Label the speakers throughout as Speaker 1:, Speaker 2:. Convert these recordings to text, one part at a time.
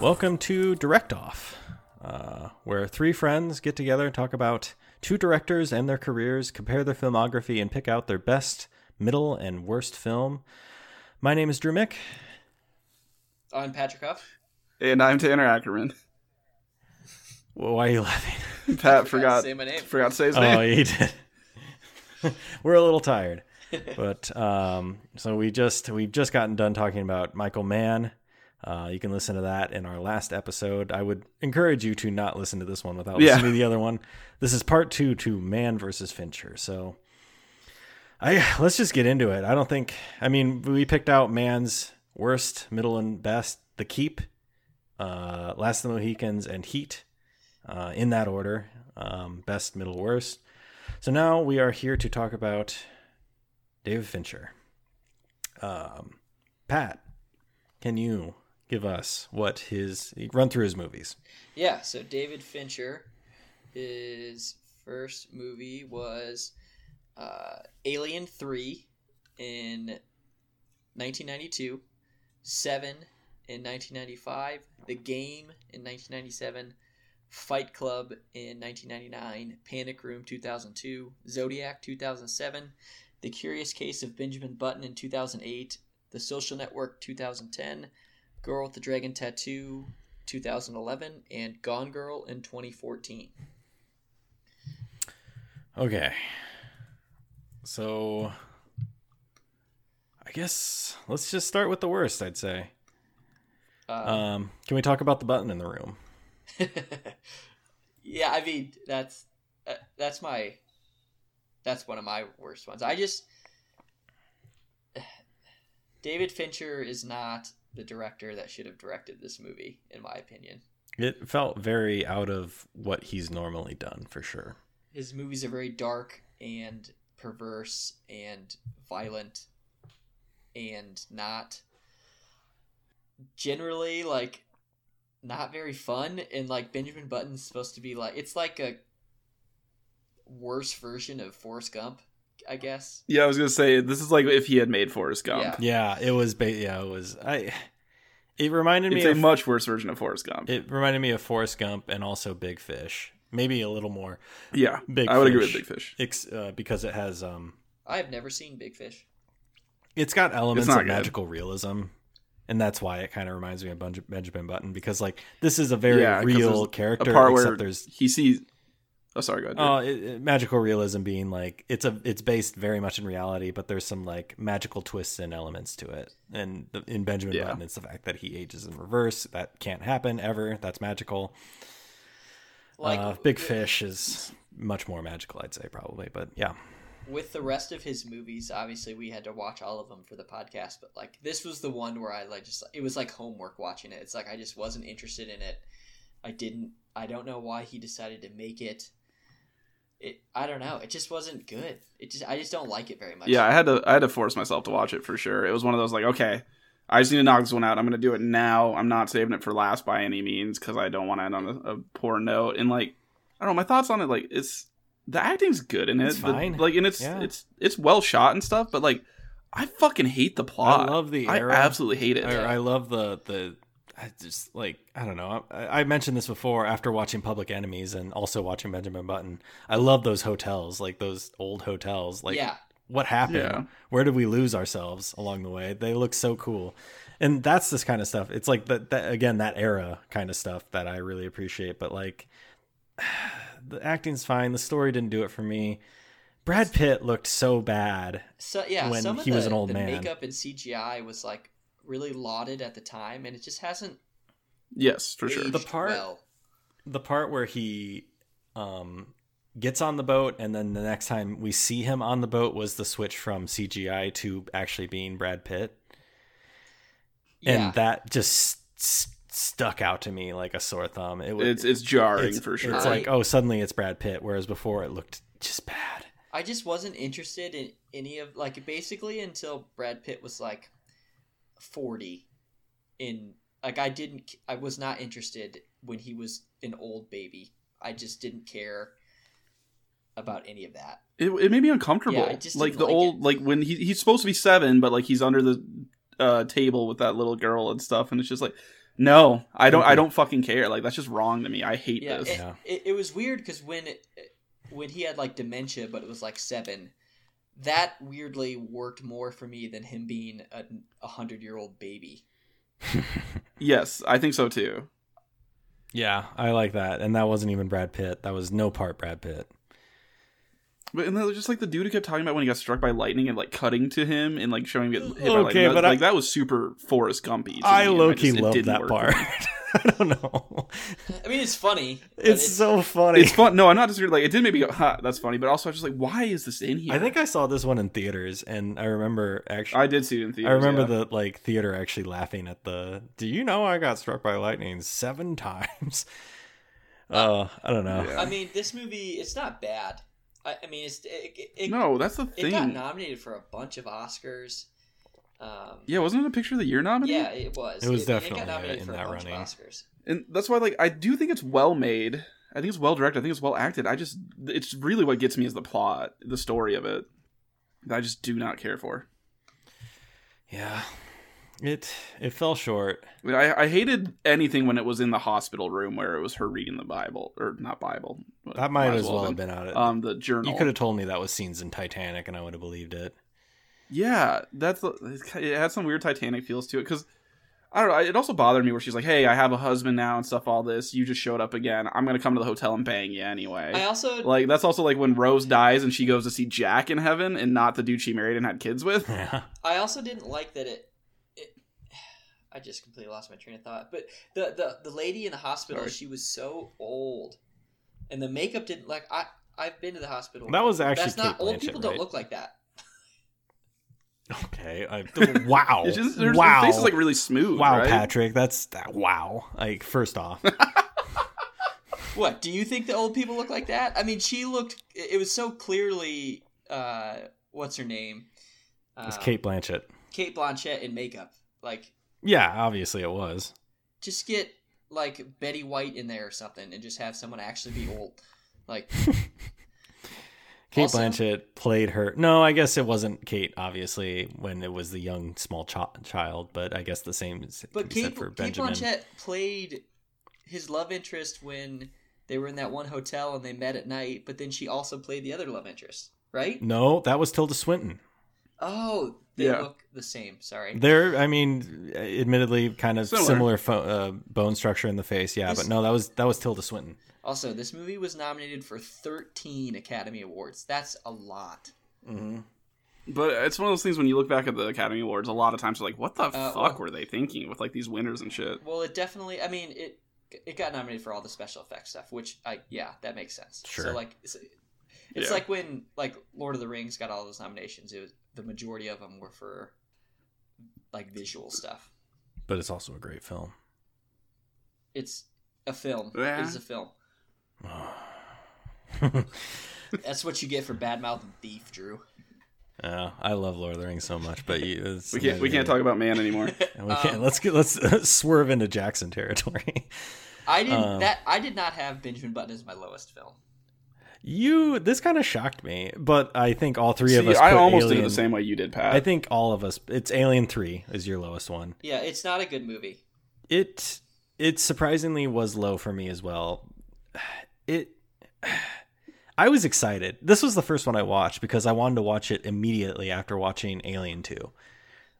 Speaker 1: Welcome to Direct Off, uh, where three friends get together and talk about two directors and their careers, compare their filmography, and pick out their best, middle, and worst film. My name is Drew Mick.
Speaker 2: I'm Patrick Huff.
Speaker 3: And I'm Tanner Ackerman.
Speaker 1: Why are you laughing?
Speaker 3: Pat forgot
Speaker 2: say my name.
Speaker 3: forgot to say his
Speaker 1: Oh, he
Speaker 3: name.
Speaker 1: did. We're a little tired, but um, so we just we've just gotten done talking about Michael Mann. Uh, you can listen to that in our last episode. I would encourage you to not listen to this one without
Speaker 3: Yeah.
Speaker 1: listening to the other one. This is part two to Mann versus Fincher. So, I let's just get into it. I don't think I mean we picked out Mann's worst, middle, and best. The Keep, uh, Last of the Mohicans, and Heat uh, in that order um, best, middle, worst. So now we are here to talk about David Fincher. Um, Pat, can you give us what his run through his movies?
Speaker 2: Yeah, so David Fincher, his first movie was uh, Alien 3 in 1992, 7 in 1995, The Game in 1997, Fight Club in 1999, Panic Room 2002, Zodiac 2007, The Curious Case of Benjamin Button in 2008, The Social Network 2010, Girl with the Dragon Tattoo 2011 and Gone Girl in 2014.
Speaker 1: Okay. So I guess let's just start with the worst, I'd say.
Speaker 2: Uh,
Speaker 1: Um, can we talk about the button in the room?
Speaker 2: yeah, I mean that's uh, that's my that's one of my worst ones. I just David Fincher is not the director that should have directed this movie, in my opinion.
Speaker 1: It felt very out of what he's normally done for sure.
Speaker 2: His movies are very dark and perverse and violent and not generally like not very fun and like Benjamin Button's supposed to be like it's like a worse version of Forrest Gump, I guess.
Speaker 3: Yeah, I was gonna say this is like if he had made Forrest Gump.
Speaker 2: Yeah.
Speaker 1: Yeah, it was. Ba- yeah, it was. I. It reminded
Speaker 3: It's
Speaker 1: me.
Speaker 3: a
Speaker 1: Of,
Speaker 3: much worse version of Forrest Gump.
Speaker 1: it reminded me of Forrest Gump and also Big Fish. Maybe a little more
Speaker 3: yeah,
Speaker 1: Big
Speaker 3: I would agree with
Speaker 1: Fish.
Speaker 3: Big Fish.
Speaker 1: ex- uh, because it has um,
Speaker 2: I have never seen Big Fish.
Speaker 1: it's got elements
Speaker 3: not
Speaker 1: of
Speaker 3: good.
Speaker 1: magical realism, and that's why it kind of reminds me of Bunge- Benjamin Button because like this is a very
Speaker 3: Yeah, 'cause
Speaker 1: real
Speaker 3: there's
Speaker 1: character.
Speaker 3: a part
Speaker 1: except
Speaker 3: where
Speaker 1: there's
Speaker 3: he sees. Oh, sorry, go ahead. Drew.
Speaker 1: Oh, it, it- magical realism being like it's a it's based very much in reality, but there's some like magical twists and elements to it. And the, in Benjamin
Speaker 3: Yeah.
Speaker 1: Button, it's the fact that he ages in reverse. That can't happen ever. That's magical.
Speaker 2: Like
Speaker 1: uh, Big Fish is much more magical, I'd say probably. But yeah,
Speaker 2: with the rest of his movies, obviously we had to watch all of them for the podcast, but like this was the one where I like just it was like homework watching it. It's like I just wasn't interested in it. I didn't I don't know why he decided to make it. It I don't know. It just wasn't good. It just I just don't like it very much.
Speaker 3: yeah, I had to I had to force myself to watch it for sure. It was one of those like, okay, I just need to knock this one out. I'm gonna do it now. I'm not saving it for last by any means because I don't want to end on a, a poor note. And like, I don't know, my thoughts on it like it's the acting's good in it.
Speaker 1: It's
Speaker 3: The-
Speaker 1: fine.
Speaker 3: like, and it's
Speaker 1: Yeah.
Speaker 3: it's it's well shot and stuff. But like, I fucking hate the plot.
Speaker 1: I love the
Speaker 3: I
Speaker 1: era.
Speaker 3: absolutely hate it.
Speaker 1: I, I love the the. I just like I don't know. I, I mentioned this before after watching Public Enemies and also watching Benjamin Button. I love those hotels, like those old hotels. Like
Speaker 2: yeah.
Speaker 1: what happened?
Speaker 3: Yeah.
Speaker 1: Where did we lose ourselves along the way? They look so cool. And that's this kind of stuff. It's like that, that again, that era kind of stuff that I really appreciate. But like the acting's fine. The story didn't do it for me. Brad Pitt looked so bad.
Speaker 2: So yeah,
Speaker 1: when
Speaker 2: some of
Speaker 1: he
Speaker 2: the,
Speaker 1: was an old
Speaker 2: the
Speaker 1: man.
Speaker 2: makeup and CGI was like really lauded at the time and it just hasn't
Speaker 3: Yes, for sure.
Speaker 2: aged
Speaker 1: The part-
Speaker 2: well.
Speaker 1: The part where he um gets on the boat and then the next time we see him on the boat was the switch from CGI to actually being Brad Pitt.
Speaker 2: Yeah.
Speaker 1: and that just st- stuck out to me like a sore thumb. It was
Speaker 3: It's it's jarring
Speaker 1: it's,
Speaker 3: for sure.
Speaker 1: It's
Speaker 2: I-
Speaker 1: like oh, suddenly it's Brad Pitt, whereas before it looked just bad.
Speaker 2: I just wasn't interested in any of like basically until Brad Pitt was like 40 in like I didn't I was not interested when he was an old baby. I just didn't care about any of that.
Speaker 3: it, it made me uncomfortable.
Speaker 2: Yeah, I just
Speaker 3: like
Speaker 2: didn't
Speaker 3: the
Speaker 2: like
Speaker 3: old
Speaker 2: it.
Speaker 3: like when he, he's supposed to be seven, but like he's under the uh, table with that little girl and stuff, and it's just like No, I don't. I don't fucking care. Like that's just wrong to me. I hate
Speaker 2: Yeah,
Speaker 3: this.
Speaker 2: it,
Speaker 1: Yeah.
Speaker 2: It, it was weird because when it, when he had like dementia, but it was like seven, that weirdly worked more for me than him being a, a hundred year old baby.
Speaker 3: Yes, I think so too.
Speaker 1: Yeah, I like that. And that wasn't even Brad Pitt. That was no part Brad Pitt.
Speaker 3: But and then just like the dude who kept talking about when he got struck by lightning and like cutting to him and like showing him get hit by
Speaker 1: Okay,
Speaker 3: lightning.
Speaker 1: but
Speaker 3: But
Speaker 1: I-
Speaker 3: like that was super Forrest Gumpy. to me,
Speaker 1: I
Speaker 3: and
Speaker 1: low
Speaker 3: just-
Speaker 1: key
Speaker 3: it
Speaker 1: love
Speaker 3: didn't
Speaker 1: that
Speaker 3: work.
Speaker 1: part. I don't know.
Speaker 2: I mean, it's funny. but
Speaker 1: It's so funny.
Speaker 3: It's fun. No, I'm not disagreeing. Like it did make me go, "Ha, that's funny." But also, I was just like, "Why is this in here?"
Speaker 1: I think I saw this one in theaters, and I remember actually.
Speaker 3: I did see it in theaters.
Speaker 1: I remember
Speaker 3: yeah.
Speaker 1: the like theater actually laughing at the. Do you know I got struck by lightning seven times? Oh, I don't know.
Speaker 3: Yeah.
Speaker 2: I mean, this movie it's not bad. I, I mean, it's it, it,
Speaker 3: no, that's the
Speaker 2: it got
Speaker 3: thing.
Speaker 2: nominated for a bunch of Oscars. Um,
Speaker 3: Yeah, wasn't it a picture of the year nominee?
Speaker 2: yeah, it was.
Speaker 1: It was definitely
Speaker 2: got nominated
Speaker 1: in
Speaker 2: for
Speaker 1: that
Speaker 2: a bunch
Speaker 1: running.
Speaker 2: of Oscars.
Speaker 3: and that's why like I do think it's well made. I think it's well directed. I think it's well acted. I just it's really what gets me is the plot, the story of it. That I just do not care for.
Speaker 1: Yeah, it it fell short.
Speaker 3: I, mean, I, I hated anything when it was in the hospital room where it was her reading the Bible or not Bible. but
Speaker 1: That might as well have been out. Of,
Speaker 3: Um, the journal.
Speaker 1: you could have told me that was scenes in Titanic, and I would have believed it.
Speaker 3: Yeah, that's it had some weird Titanic feels to it because I don't know. It also bothered me where she's like, "Hey, I have a husband now and stuff. All this. You just showed up again. I'm gonna come to the hotel and bang you anyway."
Speaker 2: I also
Speaker 3: like that's also like when Rose dies and she goes to see Jack in heaven and not the dude she married and had kids with.
Speaker 1: Yeah,
Speaker 2: I also didn't like that it. it I just completely lost my train of thought. But the the, the lady in the hospital,
Speaker 3: Sorry.
Speaker 2: she was so old, and the makeup didn't like. I I've been to the hospital.
Speaker 1: that was actually
Speaker 2: That's not
Speaker 1: Kate
Speaker 2: old
Speaker 1: Blanchett,
Speaker 2: people
Speaker 1: right?
Speaker 2: don't look like that.
Speaker 1: Okay. I, wow.
Speaker 3: It's just, her, her
Speaker 1: wow.
Speaker 3: face is like really smooth.
Speaker 1: wow,
Speaker 3: right?
Speaker 1: Patrick. That's that. Wow. Like first off,
Speaker 2: What do you think the old people look like that? I mean, she looked. It it was so clearly. Uh, what's her name? Uh,
Speaker 1: it's Kate Blanchett.
Speaker 2: Kate Blanchett in makeup. Like,
Speaker 1: Yeah, obviously it was.
Speaker 2: just get like Betty White in there or something, and just have someone actually be old. Like,
Speaker 1: Kate
Speaker 2: Also-
Speaker 1: Blanchett played her. No, I guess it wasn't Kate, obviously, when it was the young small ch- child. But I guess the same is could
Speaker 2: But
Speaker 1: be
Speaker 2: Kate,
Speaker 1: said for
Speaker 2: Kate
Speaker 1: Benjamin.
Speaker 2: Blanchett played his love interest when they were in that one hotel and they met at night, but then she also played the other love interest, right?
Speaker 1: No, that was Tilda Swinton.
Speaker 2: Oh, they
Speaker 3: Yeah.
Speaker 2: look the same. Sorry.
Speaker 1: There, I mean, admittedly, kind of
Speaker 3: Similar.
Speaker 1: similar, fo- uh, bone structure in the face. Yeah,
Speaker 2: This-
Speaker 1: but no, that was that was Tilda Swinton.
Speaker 2: Also, this movie was nominated for 13 Academy Awards. That's a lot.
Speaker 1: Mm-hmm.
Speaker 3: But it's one of those things when you look back at the Academy Awards, a lot of times you're like, "What the fuck
Speaker 2: Uh, well-
Speaker 3: were they thinking with like these winners and shit?"
Speaker 2: Well, it definitely. I mean, it it got nominated for all the special effects stuff, which I yeah, that makes sense. So
Speaker 1: Sure.
Speaker 2: like, it's, it's
Speaker 3: Yeah.
Speaker 2: like when like Lord of the Rings got all those nominations. It was the majority of them were for like visual stuff.
Speaker 1: But it's also a great film.
Speaker 2: It's a film.
Speaker 3: Yeah.
Speaker 2: It is a film. That's what you get for bad mouth and thief, Drew.
Speaker 1: Yeah, I love Lord of the Rings so much, but you, it's
Speaker 3: We can't we can't talk about man anymore.
Speaker 1: And we can't.
Speaker 2: Um,
Speaker 1: let's get let's swerve into Jackson territory.
Speaker 2: I didn't
Speaker 1: Um,
Speaker 2: that I did not have Benjamin Button as my lowest film.
Speaker 1: You this kind of shocked me, but I think all three of
Speaker 3: See,
Speaker 1: us.
Speaker 3: I
Speaker 1: put
Speaker 3: almost
Speaker 1: Alien,
Speaker 3: did it the same way you did, Pat.
Speaker 1: I think all of us. It's Alien Three is your lowest one.
Speaker 2: Yeah, it's not a good movie.
Speaker 1: It it surprisingly was low for me as well. It I was excited. This was the first one I watched because I wanted to watch it immediately after watching Alien Two,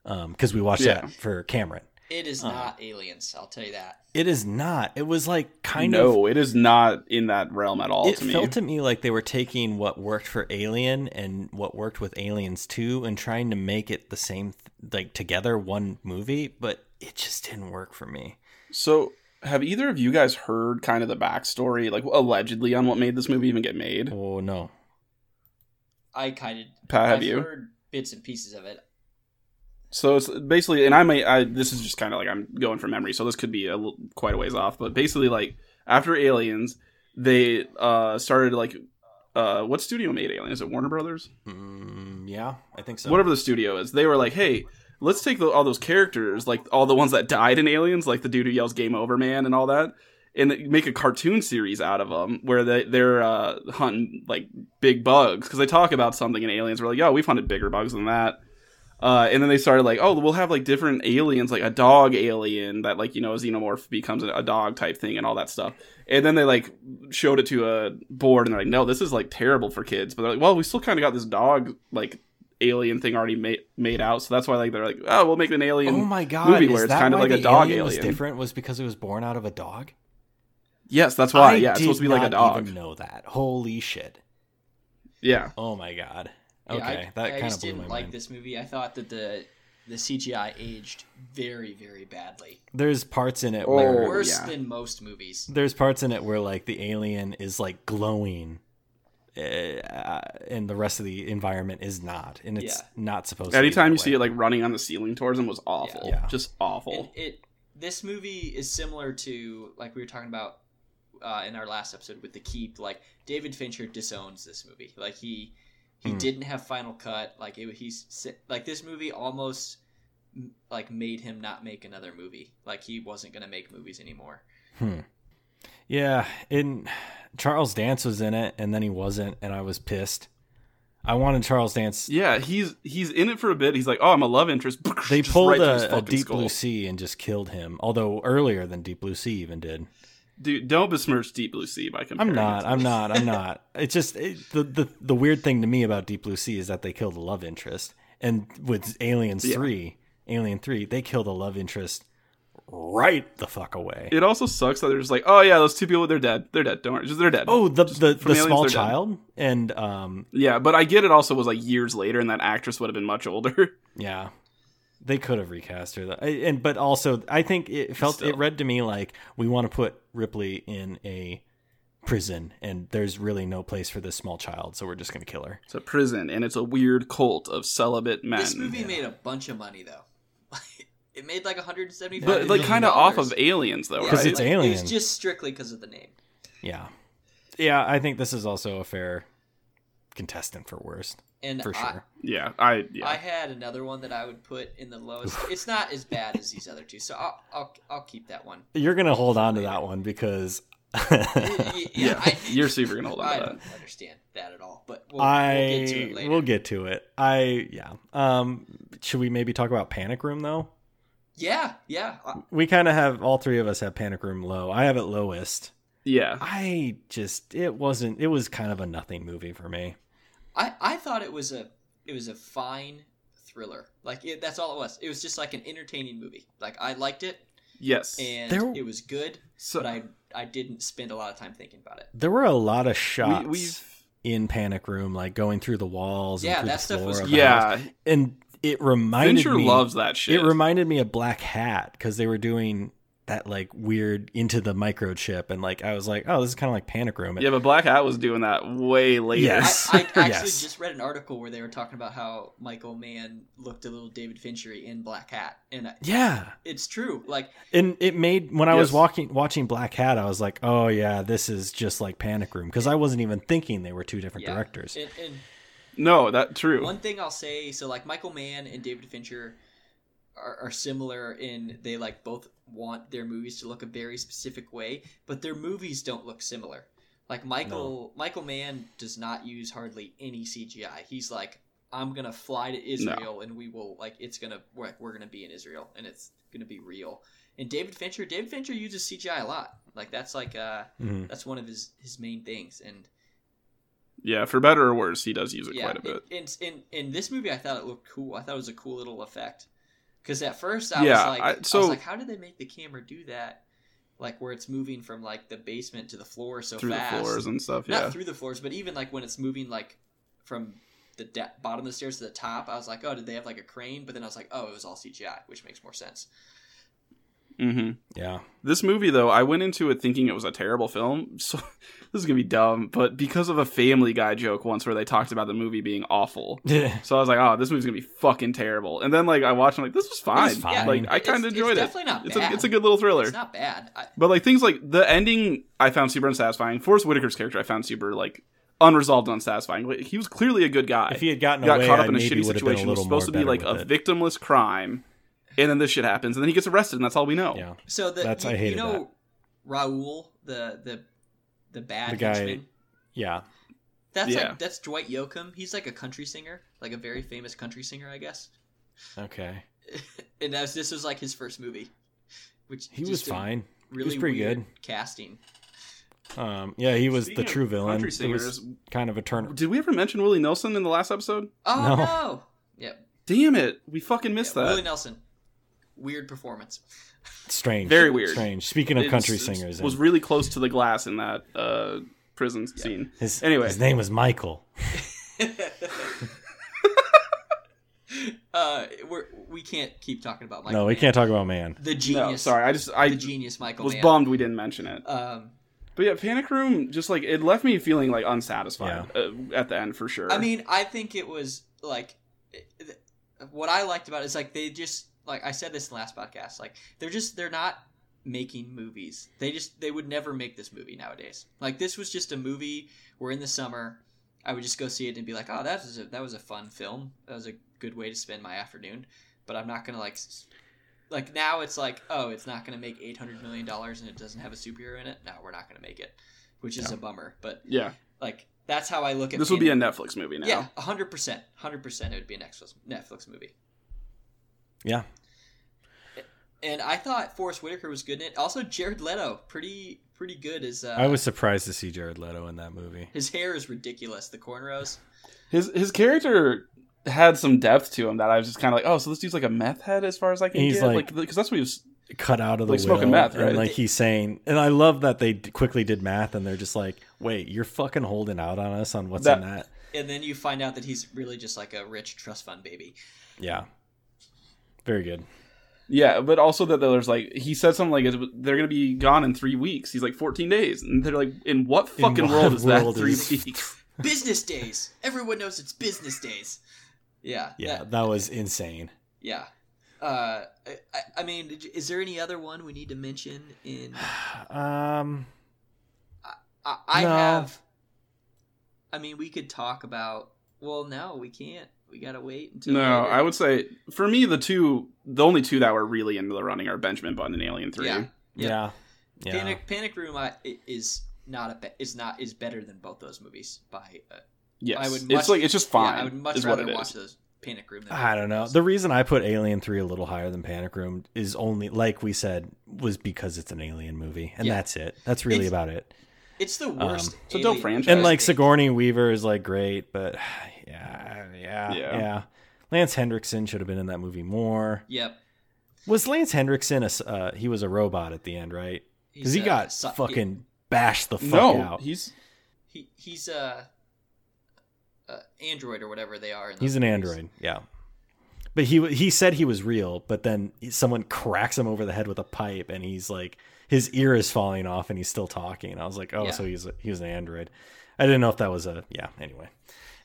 Speaker 1: because we watched
Speaker 3: Yeah.
Speaker 1: that for Cameron.
Speaker 2: It is
Speaker 1: Uh.
Speaker 2: not Aliens. I'll tell you that.
Speaker 1: It is not. It was like kind of
Speaker 3: no, it is not in that realm at all
Speaker 1: it
Speaker 3: to me.
Speaker 1: felt to me like they were taking what worked for Alien and what worked with Aliens 2 and trying to make it the same, th- like together one movie, but it just didn't work for me.
Speaker 3: so, have either of you guys heard kind of the backstory, like allegedly, on what made this movie even get made?
Speaker 1: Oh, no.
Speaker 2: I kind of
Speaker 3: Pat, have
Speaker 2: I've
Speaker 3: you?
Speaker 2: heard bits and pieces of it.
Speaker 3: So it's basically, and I may, I, this is just kind of like I'm going from memory, so this could be a little, quite a ways off, but basically, like after Aliens, they uh started like, uh, what studio made Alien? Is it Warner Brothers?
Speaker 1: Mm, yeah, I think so.
Speaker 3: Whatever the studio is, they were like, hey. Let's take the, all those characters, like all the ones that died in Aliens, like the dude who yells "Game Over, Man" and all that, and make a cartoon series out of them where they they're uh, hunting like big bugs because they talk about something in Aliens. We're like, oh, we've hunted bigger bugs than that. Uh, and then they started like, oh, we'll have like different aliens, like a dog alien that like you know a xenomorph becomes a, a dog type thing and all that stuff. And then they like showed it to a board and they're like, no, this is like terrible for kids. But they're like, well, we still kind of got this dog like alien thing already made made out, so that's why like they're like, oh, we'll make an alien.
Speaker 1: oh my god!
Speaker 3: movie
Speaker 1: is
Speaker 3: where it's
Speaker 1: that
Speaker 3: kind of
Speaker 1: why
Speaker 3: like a
Speaker 1: the
Speaker 3: dog
Speaker 1: Was
Speaker 3: alien.
Speaker 1: different was because it was born out of a dog.
Speaker 3: Yes, that's
Speaker 1: I
Speaker 3: why. yeah, it's
Speaker 1: did
Speaker 3: supposed to be like
Speaker 1: not
Speaker 3: a dog.
Speaker 1: Even know that? Holy shit!
Speaker 3: Yeah,
Speaker 1: Oh my god.
Speaker 2: Yeah,
Speaker 1: Okay,
Speaker 2: I-
Speaker 1: that
Speaker 2: I
Speaker 1: kind of
Speaker 2: just
Speaker 1: blew my
Speaker 2: didn't like
Speaker 1: mind.
Speaker 2: this movie. I thought that the the CGI aged very very badly.
Speaker 1: There's parts in it
Speaker 3: Oh.
Speaker 1: where
Speaker 2: Worse
Speaker 3: yeah.
Speaker 2: than most movies.
Speaker 1: there's parts in it where like the alien is like glowing, uh, and the rest of the environment is not, and it's
Speaker 2: Yeah.
Speaker 1: not supposed. to.
Speaker 3: anytime you see it like running on the ceiling towards them was awful,
Speaker 1: Yeah.
Speaker 3: just awful.
Speaker 2: And it this movie is similar to like we were talking about uh, in our last episode with the keep. Like David Fincher disowns this movie. Like he he
Speaker 1: Hmm.
Speaker 2: didn't have final cut. Like it, he's si- like this movie almost m- like made him not make another movie. Like he wasn't gonna make movies anymore.
Speaker 1: Yeah, and Charles Dance was in it, and then he wasn't, and I was pissed. I wanted Charles Dance.
Speaker 3: Yeah, he's he's in it for a bit. He's like, oh, I'm a love interest.
Speaker 1: They
Speaker 3: Just
Speaker 1: pulled
Speaker 3: right through his
Speaker 1: a, a
Speaker 3: fucking
Speaker 1: Deep
Speaker 3: skull.
Speaker 1: Blue Sea and just killed him. Although earlier than Deep Blue Sea even did.
Speaker 3: Dude, don't besmirch Deep Blue Sea by comparing.
Speaker 1: I'm
Speaker 3: it
Speaker 1: not.
Speaker 3: to
Speaker 1: I'm
Speaker 3: this.
Speaker 1: not. I'm not. It's just it, the, the the weird thing to me about Deep Blue Sea is that they killed a love interest, and with Aliens
Speaker 3: Yeah.
Speaker 1: Three, Alien Three, they killed a love interest right the fuck away.
Speaker 3: It also sucks that they're just like, oh yeah, those two people, they're dead. They're dead. Don't worry, just they're dead.
Speaker 1: oh, the the,
Speaker 3: from
Speaker 1: the
Speaker 3: Aliens,
Speaker 1: small
Speaker 3: they're dead.
Speaker 1: child and um
Speaker 3: yeah, but I get it. Also, was like years later, and that actress would have been much older.
Speaker 1: yeah, they could have recast her. Though. I- And but also, I think it felt
Speaker 3: Still.
Speaker 1: it read to me like we want to put Ripley in a prison, and there's really no place for this small child, so we're just gonna kill her.
Speaker 3: It's a prison, and it's a weird cult of celibate men.
Speaker 2: This movie made a bunch of money though. it made like 175.
Speaker 3: but like
Speaker 2: million
Speaker 3: kind of off
Speaker 2: dollars.
Speaker 3: of aliens though,
Speaker 2: Yeah,
Speaker 1: Because
Speaker 3: right?
Speaker 1: it's
Speaker 2: like, It
Speaker 1: Alien.
Speaker 2: was just strictly because of the name.
Speaker 1: Yeah. Yeah, I think this is also a fair contestant for worst,
Speaker 2: And
Speaker 1: for
Speaker 2: I,
Speaker 1: sure.
Speaker 3: yeah, I yeah.
Speaker 2: I had another one that I would put in the lowest. it's not as bad as these other two, so I'll I'll, I'll keep that one.
Speaker 1: You're going to hold on to that one because
Speaker 2: Y-
Speaker 1: I
Speaker 2: y-
Speaker 3: yeah,
Speaker 2: I,
Speaker 3: you're super gonna hold on
Speaker 2: I
Speaker 3: to
Speaker 2: don't
Speaker 3: that.
Speaker 2: understand that at all, but we'll, we'll get to it later.
Speaker 1: we'll get to it. I yeah. Um should we maybe talk about Panic Room though?
Speaker 2: yeah, yeah. I-
Speaker 1: We kind of have all three of us have Panic Room low. I have it lowest.
Speaker 3: Yeah,
Speaker 1: I just it wasn't it was kind of a nothing movie for me.
Speaker 2: I I thought it was a it was a fine thriller. Like it, that's all it was. It was just like an entertaining movie. Like I liked it,
Speaker 3: yes.
Speaker 2: and
Speaker 1: There-
Speaker 2: it was good,
Speaker 3: so
Speaker 2: but I I didn't spend a lot of time thinking about it.
Speaker 1: There were a lot of
Speaker 3: we,
Speaker 1: shots
Speaker 3: we've
Speaker 1: in Panic Room like going through the walls
Speaker 2: Yeah,
Speaker 1: and through
Speaker 2: that
Speaker 1: the
Speaker 2: stuff
Speaker 1: floor
Speaker 2: was-
Speaker 1: of the house.
Speaker 3: yeah.
Speaker 1: And it reminded
Speaker 3: Fincher
Speaker 1: me
Speaker 3: loves that shit.
Speaker 1: It reminded me of Black Hat because they were doing that like weird into the microchip, and like I was like, oh, this is kind of like Panic Room.
Speaker 3: yeah, but Black Hat was doing that way later.
Speaker 2: I,
Speaker 1: Yes.
Speaker 2: I actually
Speaker 1: Yes.
Speaker 2: just read an article where they were talking about how Michael Mann looked a little David Fincher in Black Hat, and I-
Speaker 1: Yeah,
Speaker 2: it's true. Like
Speaker 1: and it made when I was
Speaker 3: Yes.
Speaker 1: walking watching Black Hat, I was like, oh yeah, this is just like Panic Room because I wasn't even thinking they were two different
Speaker 2: Yeah.
Speaker 1: directors.
Speaker 2: and, and
Speaker 3: No, that true.
Speaker 2: one thing I'll say, so like Michael Mann and David Fincher are, are similar in they like both want their movies to look a very specific way, but their movies don't look similar. Like Michael Michael Mann does not use hardly any CGI. He's like, I'm gonna fly to Israel and we will like it's gonna we're, like, we're gonna be in Israel and it's gonna be real. And David Fincher, David Fincher uses CGI a lot. Like that's like uh
Speaker 1: Mhm.
Speaker 2: that's one of his his main things and
Speaker 3: Yeah, for better or worse, he does use it quite a bit.
Speaker 2: In, in in this movie, I thought it looked cool. I thought it was a cool little effect. Because at first, I
Speaker 3: Yeah,
Speaker 2: was like,
Speaker 3: I-
Speaker 2: I,
Speaker 3: so-
Speaker 2: was like, how did they make the camera do that? Like where it's moving from like the basement to the floor so
Speaker 3: through
Speaker 2: fast,
Speaker 3: the floors and stuff.
Speaker 2: not
Speaker 3: Yeah,
Speaker 2: through the floors, but even like when it's moving like from the de- bottom of the stairs to the top. I was like, oh, did they have like a crane? But then I was like, oh, it was all CGI, which makes more sense.
Speaker 3: hmm
Speaker 1: Yeah,
Speaker 3: this movie though, I went into it thinking it was a terrible film. So this is gonna be dumb, but because of a Family Guy joke once where they talked about the movie being awful, so I was like, oh, this movie's gonna be fucking terrible. And then like I watched, and I'm like, this was fine.
Speaker 1: was fine.
Speaker 3: Like I
Speaker 2: It's-
Speaker 3: kind of
Speaker 2: it's
Speaker 3: enjoyed it.
Speaker 2: Definitely not
Speaker 3: It's
Speaker 2: bad.
Speaker 3: a it's a good little thriller.
Speaker 2: It's not bad. I,
Speaker 3: But like things like the ending, I found super unsatisfying. Forrest Whitaker's character, I found super like unresolved, and unsatisfying. Like, he was clearly a good guy.
Speaker 1: if he had gotten
Speaker 3: got
Speaker 1: away,
Speaker 3: caught
Speaker 1: I
Speaker 3: up in a
Speaker 1: maybe
Speaker 3: shitty
Speaker 1: would have been a
Speaker 3: situation. It was
Speaker 1: little
Speaker 3: supposed to be like a
Speaker 1: a
Speaker 3: victimless crime, and then this shit happens, and then he gets arrested, and that's all we know.
Speaker 1: yeah.
Speaker 2: So the
Speaker 1: That's-
Speaker 2: you,
Speaker 1: I
Speaker 2: you
Speaker 1: hated
Speaker 2: know Raul, the the the bad
Speaker 1: The guy-
Speaker 2: henchman?
Speaker 1: Yeah,
Speaker 2: That's
Speaker 3: Yeah.
Speaker 2: like that's Dwight Yoakam. He's like a country singer, like a very famous country singer, I guess.
Speaker 1: Okay.
Speaker 2: and that was, this was like his first movie, which
Speaker 1: He was
Speaker 2: just a
Speaker 1: fine.
Speaker 2: Really
Speaker 1: pretty
Speaker 2: weird casting.
Speaker 1: Um, yeah, he was
Speaker 3: Speaking
Speaker 1: the
Speaker 3: of
Speaker 1: true villain.
Speaker 3: Country
Speaker 1: It
Speaker 3: singers.
Speaker 1: was kind of a turn.
Speaker 3: Did we ever mention Willie Nelson in the last episode?
Speaker 2: Oh
Speaker 1: No.
Speaker 2: no! Yep.
Speaker 3: Damn it, we fucking missed
Speaker 2: Yeah,
Speaker 3: that.
Speaker 2: Willie Nelson. Weird performance.
Speaker 1: Strange.
Speaker 3: Very weird.
Speaker 1: Strange. Speaking of
Speaker 3: It
Speaker 1: country
Speaker 3: was-
Speaker 1: singers,
Speaker 3: was
Speaker 1: and
Speaker 3: really close to the glass in that uh, prison scene.
Speaker 1: his,
Speaker 3: anyway.
Speaker 1: his name was Michael.
Speaker 2: uh, we're, we can't keep talking about Michael.
Speaker 1: no, we
Speaker 2: Mann.
Speaker 1: can't talk about man.
Speaker 2: The genius.
Speaker 3: No, sorry, I just I
Speaker 2: the genius Michael.
Speaker 3: was
Speaker 2: Mann.
Speaker 3: bummed we didn't mention it.
Speaker 2: Um,
Speaker 3: But yeah, Panic Room just like it left me feeling like unsatisfied uh, at the end for sure.
Speaker 2: I mean, I think it was like it- th- what I liked about it is like they just like I said this in the last podcast. Like they're just they're not making movies. They just they would never make this movie nowadays. Like this was just a movie. We're in the summer. I would just go see it and be like, oh, that was a, that was a fun film. That was a good way to spend my afternoon. But I'm not gonna like s- like now it's like oh it's not gonna make 800 million dollars and it doesn't have a superhero in it. No, we're not gonna make it, which is a bummer. But
Speaker 3: yeah,
Speaker 2: like that's how I look at
Speaker 3: this would be a
Speaker 2: Panic-
Speaker 3: Netflix movie now.
Speaker 2: yeah, hundred percent, hundred percent. It would be a Netflix Netflix movie.
Speaker 1: Yeah.
Speaker 2: And I thought Forrest Whitaker was good in it. Also, Jared Leto, pretty pretty good. As uh,
Speaker 1: I was surprised to see Jared Leto in that movie.
Speaker 2: his hair is ridiculous. The cornrows.
Speaker 3: His his character had some depth to him that I was just kind of like, oh, so this dude's like a meth head as far as I can
Speaker 1: He's
Speaker 3: get,
Speaker 1: like-
Speaker 3: like because that's what he was.
Speaker 1: Cut out of the
Speaker 3: Like smoking
Speaker 1: will,
Speaker 3: meth, right?
Speaker 1: and like he's saying, and I love that they d- quickly did math, and they're just like, "Wait, you're fucking holding out on us on what's
Speaker 3: That-
Speaker 1: in that."
Speaker 2: And then you find out that he's really just like a rich trust fund baby.
Speaker 1: Yeah, very good.
Speaker 3: Yeah, but also that there's like he said something like they're gonna be gone in three weeks. He's like fourteen days, and they're like, in what
Speaker 1: In
Speaker 3: fucking
Speaker 1: what
Speaker 3: world is that
Speaker 1: world
Speaker 3: three
Speaker 1: is-
Speaker 3: weeks?
Speaker 2: business days. Everyone knows it's business days. Yeah.
Speaker 1: Yeah,
Speaker 2: that-
Speaker 1: that was insane.
Speaker 2: yeah. Uh, I, I- I mean, did you- is there any other one we need to mention? In
Speaker 1: Um,
Speaker 2: I, I
Speaker 1: No.
Speaker 2: have. I mean, we could talk about. Well, no, we can't. We gotta wait until.
Speaker 3: No,
Speaker 2: later.
Speaker 3: I would say for me the two, the only two that were really into the running are Benjamin Button and Alien Three.
Speaker 2: Yeah. Yep.
Speaker 1: yeah, yeah.
Speaker 2: Panic Panic Room I, i- is not a be- is not is better than both those movies by. Uh,
Speaker 3: Yes,
Speaker 2: I would much-
Speaker 3: it's like it's just fine.
Speaker 2: Yeah, I would much
Speaker 3: is what
Speaker 2: rather
Speaker 3: it
Speaker 2: watch
Speaker 3: is.
Speaker 2: those Panic Room. Than
Speaker 1: I don't know. The reason I put Alien 3 a little higher than Panic Room is only, like we said, was because it's an alien movie. And
Speaker 2: Yeah.
Speaker 1: that's it. That's really
Speaker 2: It's-
Speaker 1: about it.
Speaker 2: it's the worst.
Speaker 1: Um,
Speaker 3: So don't
Speaker 2: alien
Speaker 3: franchise
Speaker 1: And like
Speaker 2: thing.
Speaker 1: Sigourney Weaver is like great, but yeah, yeah, yeah.
Speaker 3: Yeah.
Speaker 1: Lance Hendrickson should have been in that movie more.
Speaker 2: Yep.
Speaker 1: Was Lance Hendrickson a, s- uh, he was a robot at the end, right? Because he
Speaker 2: He's, uh,
Speaker 1: got
Speaker 2: so-
Speaker 1: fucking bashed the fuck
Speaker 3: No,
Speaker 1: out.
Speaker 3: he's
Speaker 2: He, he's a. Uh, uh, android or whatever they are. in
Speaker 1: He's
Speaker 2: those
Speaker 1: an
Speaker 2: movies.
Speaker 1: android, yeah. But he wa- he said he was real, but then someone cracks him over the head with a pipe, and he's like, his ear is falling off, and he's still talking. I was like, oh,
Speaker 2: Yeah.
Speaker 1: so he's a, he was an android. I didn't know if that was a yeah. Anyway,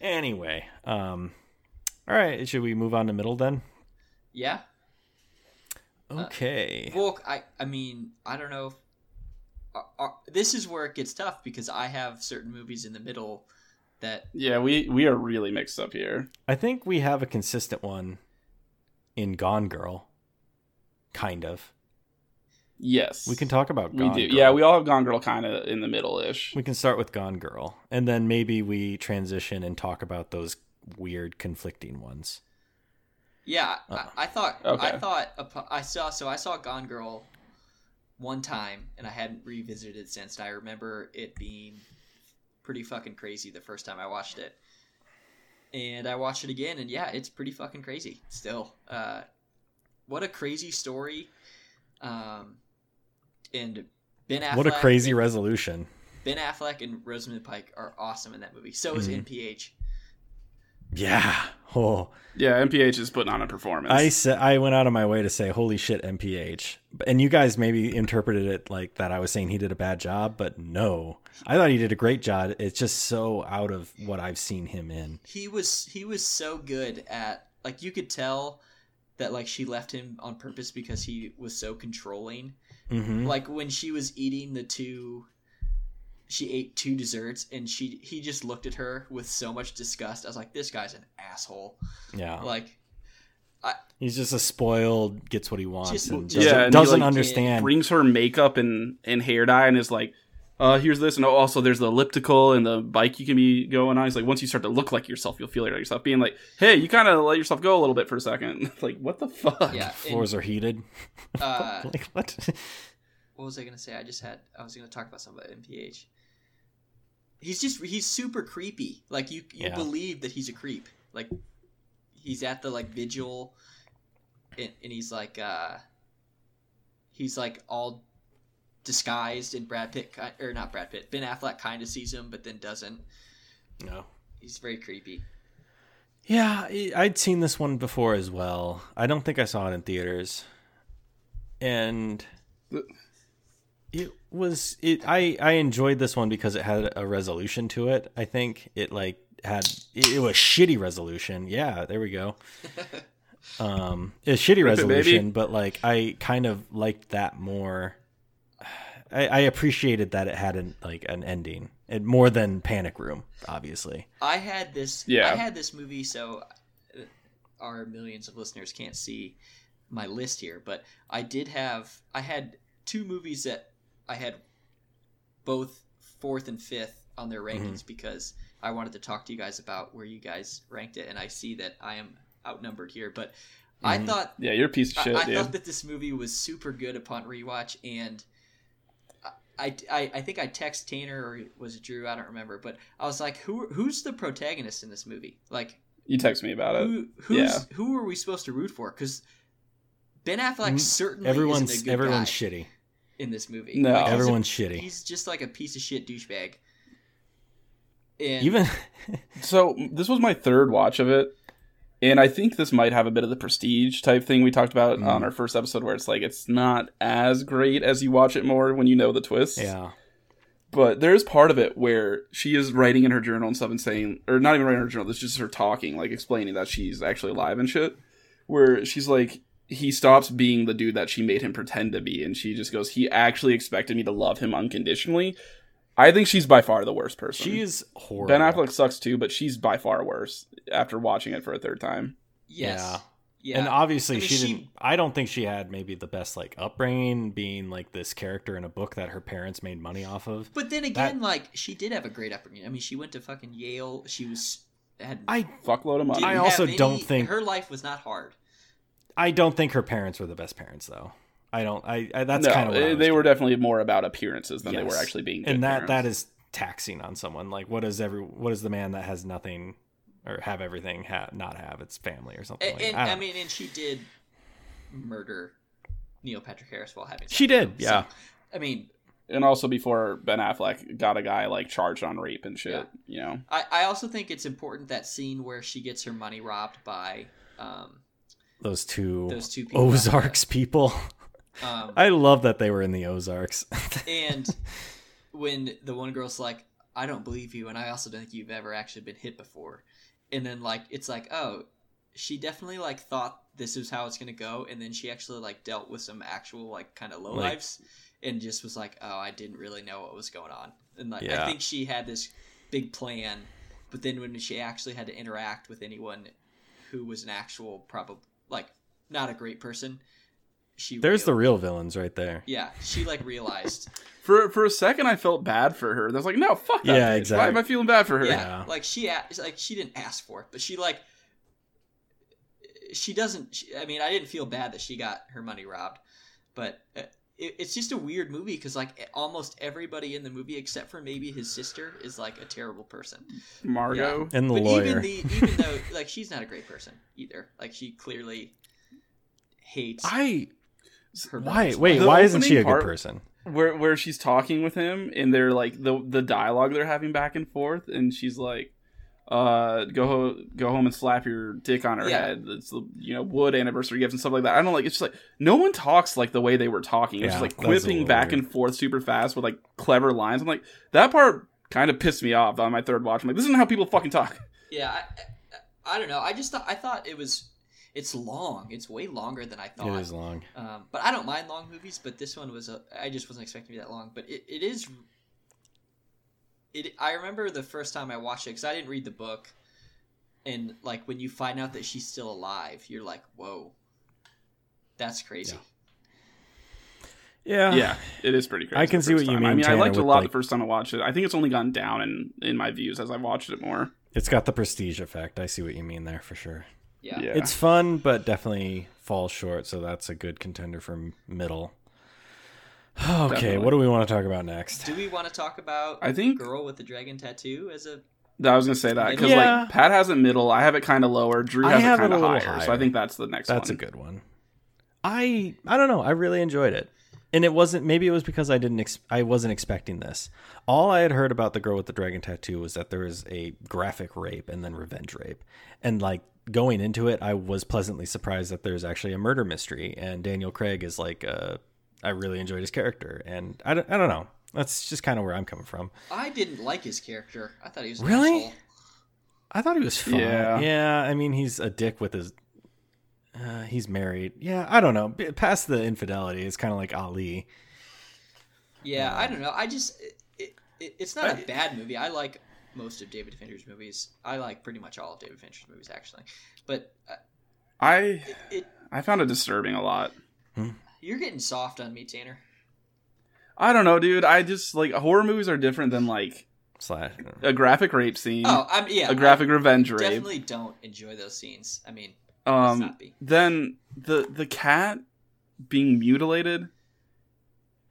Speaker 1: anyway, um, all right. Should we move on to middle then?
Speaker 2: Yeah.
Speaker 1: Okay.
Speaker 2: Well, I I mean I don't know. If, are, are, this is where it gets tough because I have certain movies in the middle that
Speaker 3: yeah. We we are really mixed up here.
Speaker 1: I think we have a consistent one in Gone Girl, kind of.
Speaker 3: Yes,
Speaker 1: We can talk about
Speaker 3: We
Speaker 1: Gone
Speaker 3: do.
Speaker 1: Girl.
Speaker 3: Yeah, we all have Gone Girl kind of in the middle ish.
Speaker 1: We can start with Gone Girl, and then maybe we transition and talk about those weird conflicting ones.
Speaker 2: yeah
Speaker 1: Uh-oh.
Speaker 2: I, I thought I
Speaker 3: Okay.
Speaker 2: thought upo- I saw so I saw Gone Girl one time and I hadn't revisited it since. And I remember it being pretty fucking crazy the first time I watched it, and I watched it again and yeah, it's pretty fucking crazy still. Uh, what a crazy story, um, and Ben Affleck.
Speaker 1: what a crazy resolution.
Speaker 2: Ben Affleck and Rosamund Pike are awesome in that movie. So is
Speaker 1: Mhm.
Speaker 2: NPH.
Speaker 1: Yeah. Oh,
Speaker 3: Yeah, MPH is putting on a performance.
Speaker 1: I said I went out of my way to say holy shit MPH. And you guys maybe interpreted it like that I was saying he did a bad job, but no. I thought he did a great job. It's just so out of what I've seen him in.
Speaker 2: He was he was so good at like you could tell that like she left him on purpose because he was so controlling.
Speaker 1: Mhm.
Speaker 2: Like when she was eating the two she ate two desserts and she he just looked at her with so much disgust. I was like, this guy's an asshole.
Speaker 1: yeah.
Speaker 2: Like
Speaker 1: He's just a spoiled gets what he wants
Speaker 2: Just-
Speaker 1: and
Speaker 2: just-
Speaker 1: doesn't,
Speaker 3: Yeah, and he,
Speaker 1: doesn't
Speaker 3: like,
Speaker 1: understand.
Speaker 3: brings her makeup and and hair dye and is like, uh, here's this, and oh, also there's the elliptical and the bike you can be going on. He's like, once you start to look like yourself, you'll feel like yourself being like, hey, you kind of let yourself go a little bit for a second. like, what the fuck?
Speaker 2: Yeah.
Speaker 1: Floors are heated.
Speaker 2: and, uh,
Speaker 1: like what?
Speaker 2: what was I gonna say? I just had I was gonna talk about something about MPH. He's just he's super creepy. Like you you
Speaker 1: Yeah.
Speaker 2: believe that he's a creep. Like he's at the like vigil, and, and he's like uh he's like all disguised, and Brad Pitt ki- or not Brad Pitt, Ben Affleck kind of sees him, but then doesn't.
Speaker 1: no.
Speaker 2: He's very creepy.
Speaker 1: Yeah, I- I'd seen this one before as well. I don't think I saw it in theaters, and it was it. I I enjoyed this one because it had a resolution to it. I think it like had it, it was shitty resolution. Yeah, there we go. Um, a shitty
Speaker 3: Rip it, baby.
Speaker 1: resolution, but like I kind of liked that more. I, I appreciated that it had an like an ending, and more than Panic Room, obviously.
Speaker 2: I had this.
Speaker 3: Yeah.
Speaker 2: I had this movie, so uh, our millions of listeners can't see my list here, but I did have. I had two movies that I had both fourth and fifth on their rankings because I wanted to talk to you guys about where you guys ranked it, and I see that I am outnumbered here, but I
Speaker 1: Mhm.
Speaker 2: thought
Speaker 3: Yeah, you're a piece of
Speaker 2: I-
Speaker 3: shit,
Speaker 2: I,
Speaker 3: dude.
Speaker 2: thought that this movie was super good upon rewatch, and I, I, I think I text Tanner or was it Drew? I don't remember, but I was like, who who's the protagonist in this movie? Like
Speaker 3: you text me about it.
Speaker 2: who who's
Speaker 3: Uh, yeah.
Speaker 2: who are we supposed to root for? Because Ben Affleck
Speaker 1: Mm,
Speaker 2: certainly
Speaker 1: Everyone's
Speaker 2: isn't a good
Speaker 1: everyone's
Speaker 2: guy Oh,
Speaker 1: shitty.
Speaker 2: in this movie.
Speaker 3: No.
Speaker 2: Like, he's a-
Speaker 1: Everyone's
Speaker 2: he's,
Speaker 1: shitty.
Speaker 2: just like a piece of shit douchebag. And
Speaker 1: Even
Speaker 3: So this was my third watch of it, and I think this might have a bit of the prestige type thing we talked about
Speaker 1: Mm.
Speaker 3: on our first episode, where it's like it's not as great as you watch it more when you know the twists.
Speaker 1: yeah,
Speaker 3: But there is part of it where she is writing in her journal and stuff and saying, or not even writing in her journal, this is just her talking, like explaining that she's actually alive and shit. Where she's like, he stops being the dude that she made him pretend to be. And she just goes, he actually expected me to love him unconditionally. I think she's by far the worst person.
Speaker 1: she is horrible.
Speaker 3: Ben Affleck sucks too, but she's by far worse after watching it for a third time.
Speaker 2: yes, yeah,
Speaker 1: Yeah. and obviously
Speaker 2: I mean,
Speaker 1: she,
Speaker 2: she-
Speaker 1: didn't. I don't think she had maybe the best like upbringing, being like this character in a book that her parents made money off of.
Speaker 2: But then again, like she did have a great upbringing. I mean, she went to fucking Yale. She was had.
Speaker 1: I
Speaker 3: Fuckload of money.
Speaker 2: didn't
Speaker 1: I
Speaker 2: have
Speaker 1: also don't
Speaker 2: any-
Speaker 1: think-
Speaker 2: her life was not hard.
Speaker 1: I don't think her parents were the best parents though. I don't. I, I that's
Speaker 3: No,
Speaker 1: kind of
Speaker 3: eh,
Speaker 1: what I
Speaker 3: they
Speaker 1: was
Speaker 3: were
Speaker 1: getting
Speaker 3: definitely more about appearances than they were
Speaker 1: Yes.
Speaker 3: actually being.
Speaker 1: at.
Speaker 3: good
Speaker 1: and that
Speaker 3: parents.
Speaker 1: that is taxing on someone. Like, what is every? What is the man that has nothing or have everything ha- not have? It's family or something.
Speaker 2: And,
Speaker 1: like that.
Speaker 2: and
Speaker 1: I
Speaker 2: I,
Speaker 1: don't know.
Speaker 2: mean, and she did murder Neil Patrick Harris while having.
Speaker 1: she
Speaker 2: sex with
Speaker 1: did.
Speaker 2: him. So,
Speaker 1: Yeah,
Speaker 2: I mean,
Speaker 3: and also before Ben Affleck got a guy like charged on rape and shit.
Speaker 2: Yeah.
Speaker 3: You know,
Speaker 2: I, I also think it's important that scene where she gets her money robbed by um,
Speaker 1: those two
Speaker 2: those two people.
Speaker 1: Ozarks people.
Speaker 2: Um,
Speaker 1: I love that they were in the Ozarks.
Speaker 2: and when the one girl's like, "I don't believe you," and I also don't think you've ever actually been hit before, and then like it's like, oh, she definitely like thought this is how it's gonna go, and then she actually like dealt with some actual like kind of low
Speaker 1: Like-
Speaker 2: lives, and just was like, oh, I didn't really know what was going on, and like I
Speaker 1: Yeah.
Speaker 2: think she had this big plan, but then when she actually had to interact with anyone who was an actual probably like not a great person. She
Speaker 1: There's the
Speaker 2: real-
Speaker 1: real villains right there.
Speaker 2: yeah. She like realized
Speaker 3: for for a second I felt bad for her. And I was like, no, fuck that.
Speaker 1: Yeah,
Speaker 3: bitch. Why
Speaker 1: exactly.
Speaker 3: am I feeling bad for her?
Speaker 2: Yeah,
Speaker 1: Yeah.
Speaker 2: like she a- like she didn't ask for it, but she like she doesn't. She, I mean, I didn't feel bad that she got her money robbed, but uh, it, it's just a weird movie because like almost everybody in the movie except for maybe his sister is like a terrible person.
Speaker 3: Margot.
Speaker 1: And the
Speaker 2: but
Speaker 1: lawyer.
Speaker 2: even the even though like she's not a great person either, like she clearly hates.
Speaker 1: I
Speaker 2: her
Speaker 1: why
Speaker 2: brother's
Speaker 1: wait
Speaker 2: life.
Speaker 3: The
Speaker 1: why isn't she
Speaker 3: opening
Speaker 1: a
Speaker 3: part-
Speaker 1: good person?
Speaker 3: where where she's talking with him and they're like the the dialogue they're having back and forth and she's like uh go ho- go home and slap your dick on her
Speaker 2: Yeah.
Speaker 3: head it's the you know wood anniversary gifts and stuff like that i don't like it's just like no one talks like the way they were talking it's
Speaker 1: Yeah,
Speaker 3: just like
Speaker 1: that was a
Speaker 3: quipping
Speaker 1: little
Speaker 3: back
Speaker 1: weird.
Speaker 3: and forth super fast with like clever lines i'm like that part kind of pissed me off on my third watch i'm like this isn't how people fucking talk
Speaker 2: Yeah, I, I, I don't know. I just thought I thought it was it's long. It's way longer than Oh, I thought.
Speaker 1: It is long.
Speaker 2: Um, but I don't mind long movies, but this one was a, I just wasn't expecting to be that long. But it, it is. It I remember the first time I watched it because I didn't read the book, and like when you find out that she's still alive, you're like, whoa, that's crazy.
Speaker 1: Yeah.
Speaker 3: yeah, it is pretty crazy.
Speaker 1: I can
Speaker 3: the
Speaker 1: see
Speaker 3: first
Speaker 1: what you
Speaker 3: time. I
Speaker 1: mean,
Speaker 3: mean,
Speaker 1: Tanner,
Speaker 3: I liked it a
Speaker 1: with,
Speaker 3: lot
Speaker 1: like-
Speaker 3: the first time I watched it. I think it's only gone down in in my views as I've watched it more.
Speaker 1: It's got the prestige effect. I see what you mean there for sure.
Speaker 2: Yeah.
Speaker 1: It's fun, but definitely falls short. So that's a good contender for m- middle. Okay,
Speaker 3: Definitely.
Speaker 1: what do we want to talk about next?
Speaker 2: Do we want to talk about
Speaker 3: I think
Speaker 2: girl with the dragon tattoo as a
Speaker 3: that I was gonna say that because
Speaker 1: Yeah.
Speaker 3: like Pat has it middle, I have it kind of lower, Drew
Speaker 1: I
Speaker 3: has
Speaker 1: have it
Speaker 3: it kind
Speaker 1: a
Speaker 3: of
Speaker 1: little
Speaker 3: higher, So I
Speaker 1: higher.
Speaker 3: think that's the next.
Speaker 1: That's a
Speaker 3: one.
Speaker 1: good one. I I don't know. I really enjoyed it, and it wasn't. Maybe it was because I didn't. Ex- I wasn't expecting this. All I had heard about the girl with the dragon tattoo was that there was a graphic rape and then revenge rape, and like going into it, I was pleasantly surprised that there's actually a murder mystery, and Daniel Craig is like. Uh, I really enjoyed his character, and I don't. I don't know. That's just kind of where I'm coming from.
Speaker 2: I didn't like his character. I thought he was an
Speaker 1: Really?
Speaker 2: asshole.
Speaker 1: I thought he was fine.
Speaker 3: Yeah.
Speaker 1: yeah. I mean, he's a dick with his. Uh, he's married. Yeah, I don't know. B- Past the infidelity, it's kind of like Ali.
Speaker 2: Yeah, I
Speaker 1: Um,
Speaker 2: don't know. I just it, it, it's not a
Speaker 3: I-
Speaker 2: bad movie. I like most of David Fincher's movies. I like pretty much all of David Fincher's movies actually. But uh,
Speaker 3: I
Speaker 2: it, it
Speaker 3: I found it disturbing a lot.
Speaker 2: you're getting soft on me, Tanner.
Speaker 3: I don't know, dude. I just like horror movies are different than like
Speaker 1: Slash.
Speaker 3: a graphic rape scene,
Speaker 2: Oh, I'm yeah.
Speaker 3: a graphic revenge
Speaker 2: I
Speaker 3: rape.
Speaker 2: definitely don't enjoy those scenes. I mean, let's
Speaker 3: Um,
Speaker 2: not be.
Speaker 3: then the the cat being mutilated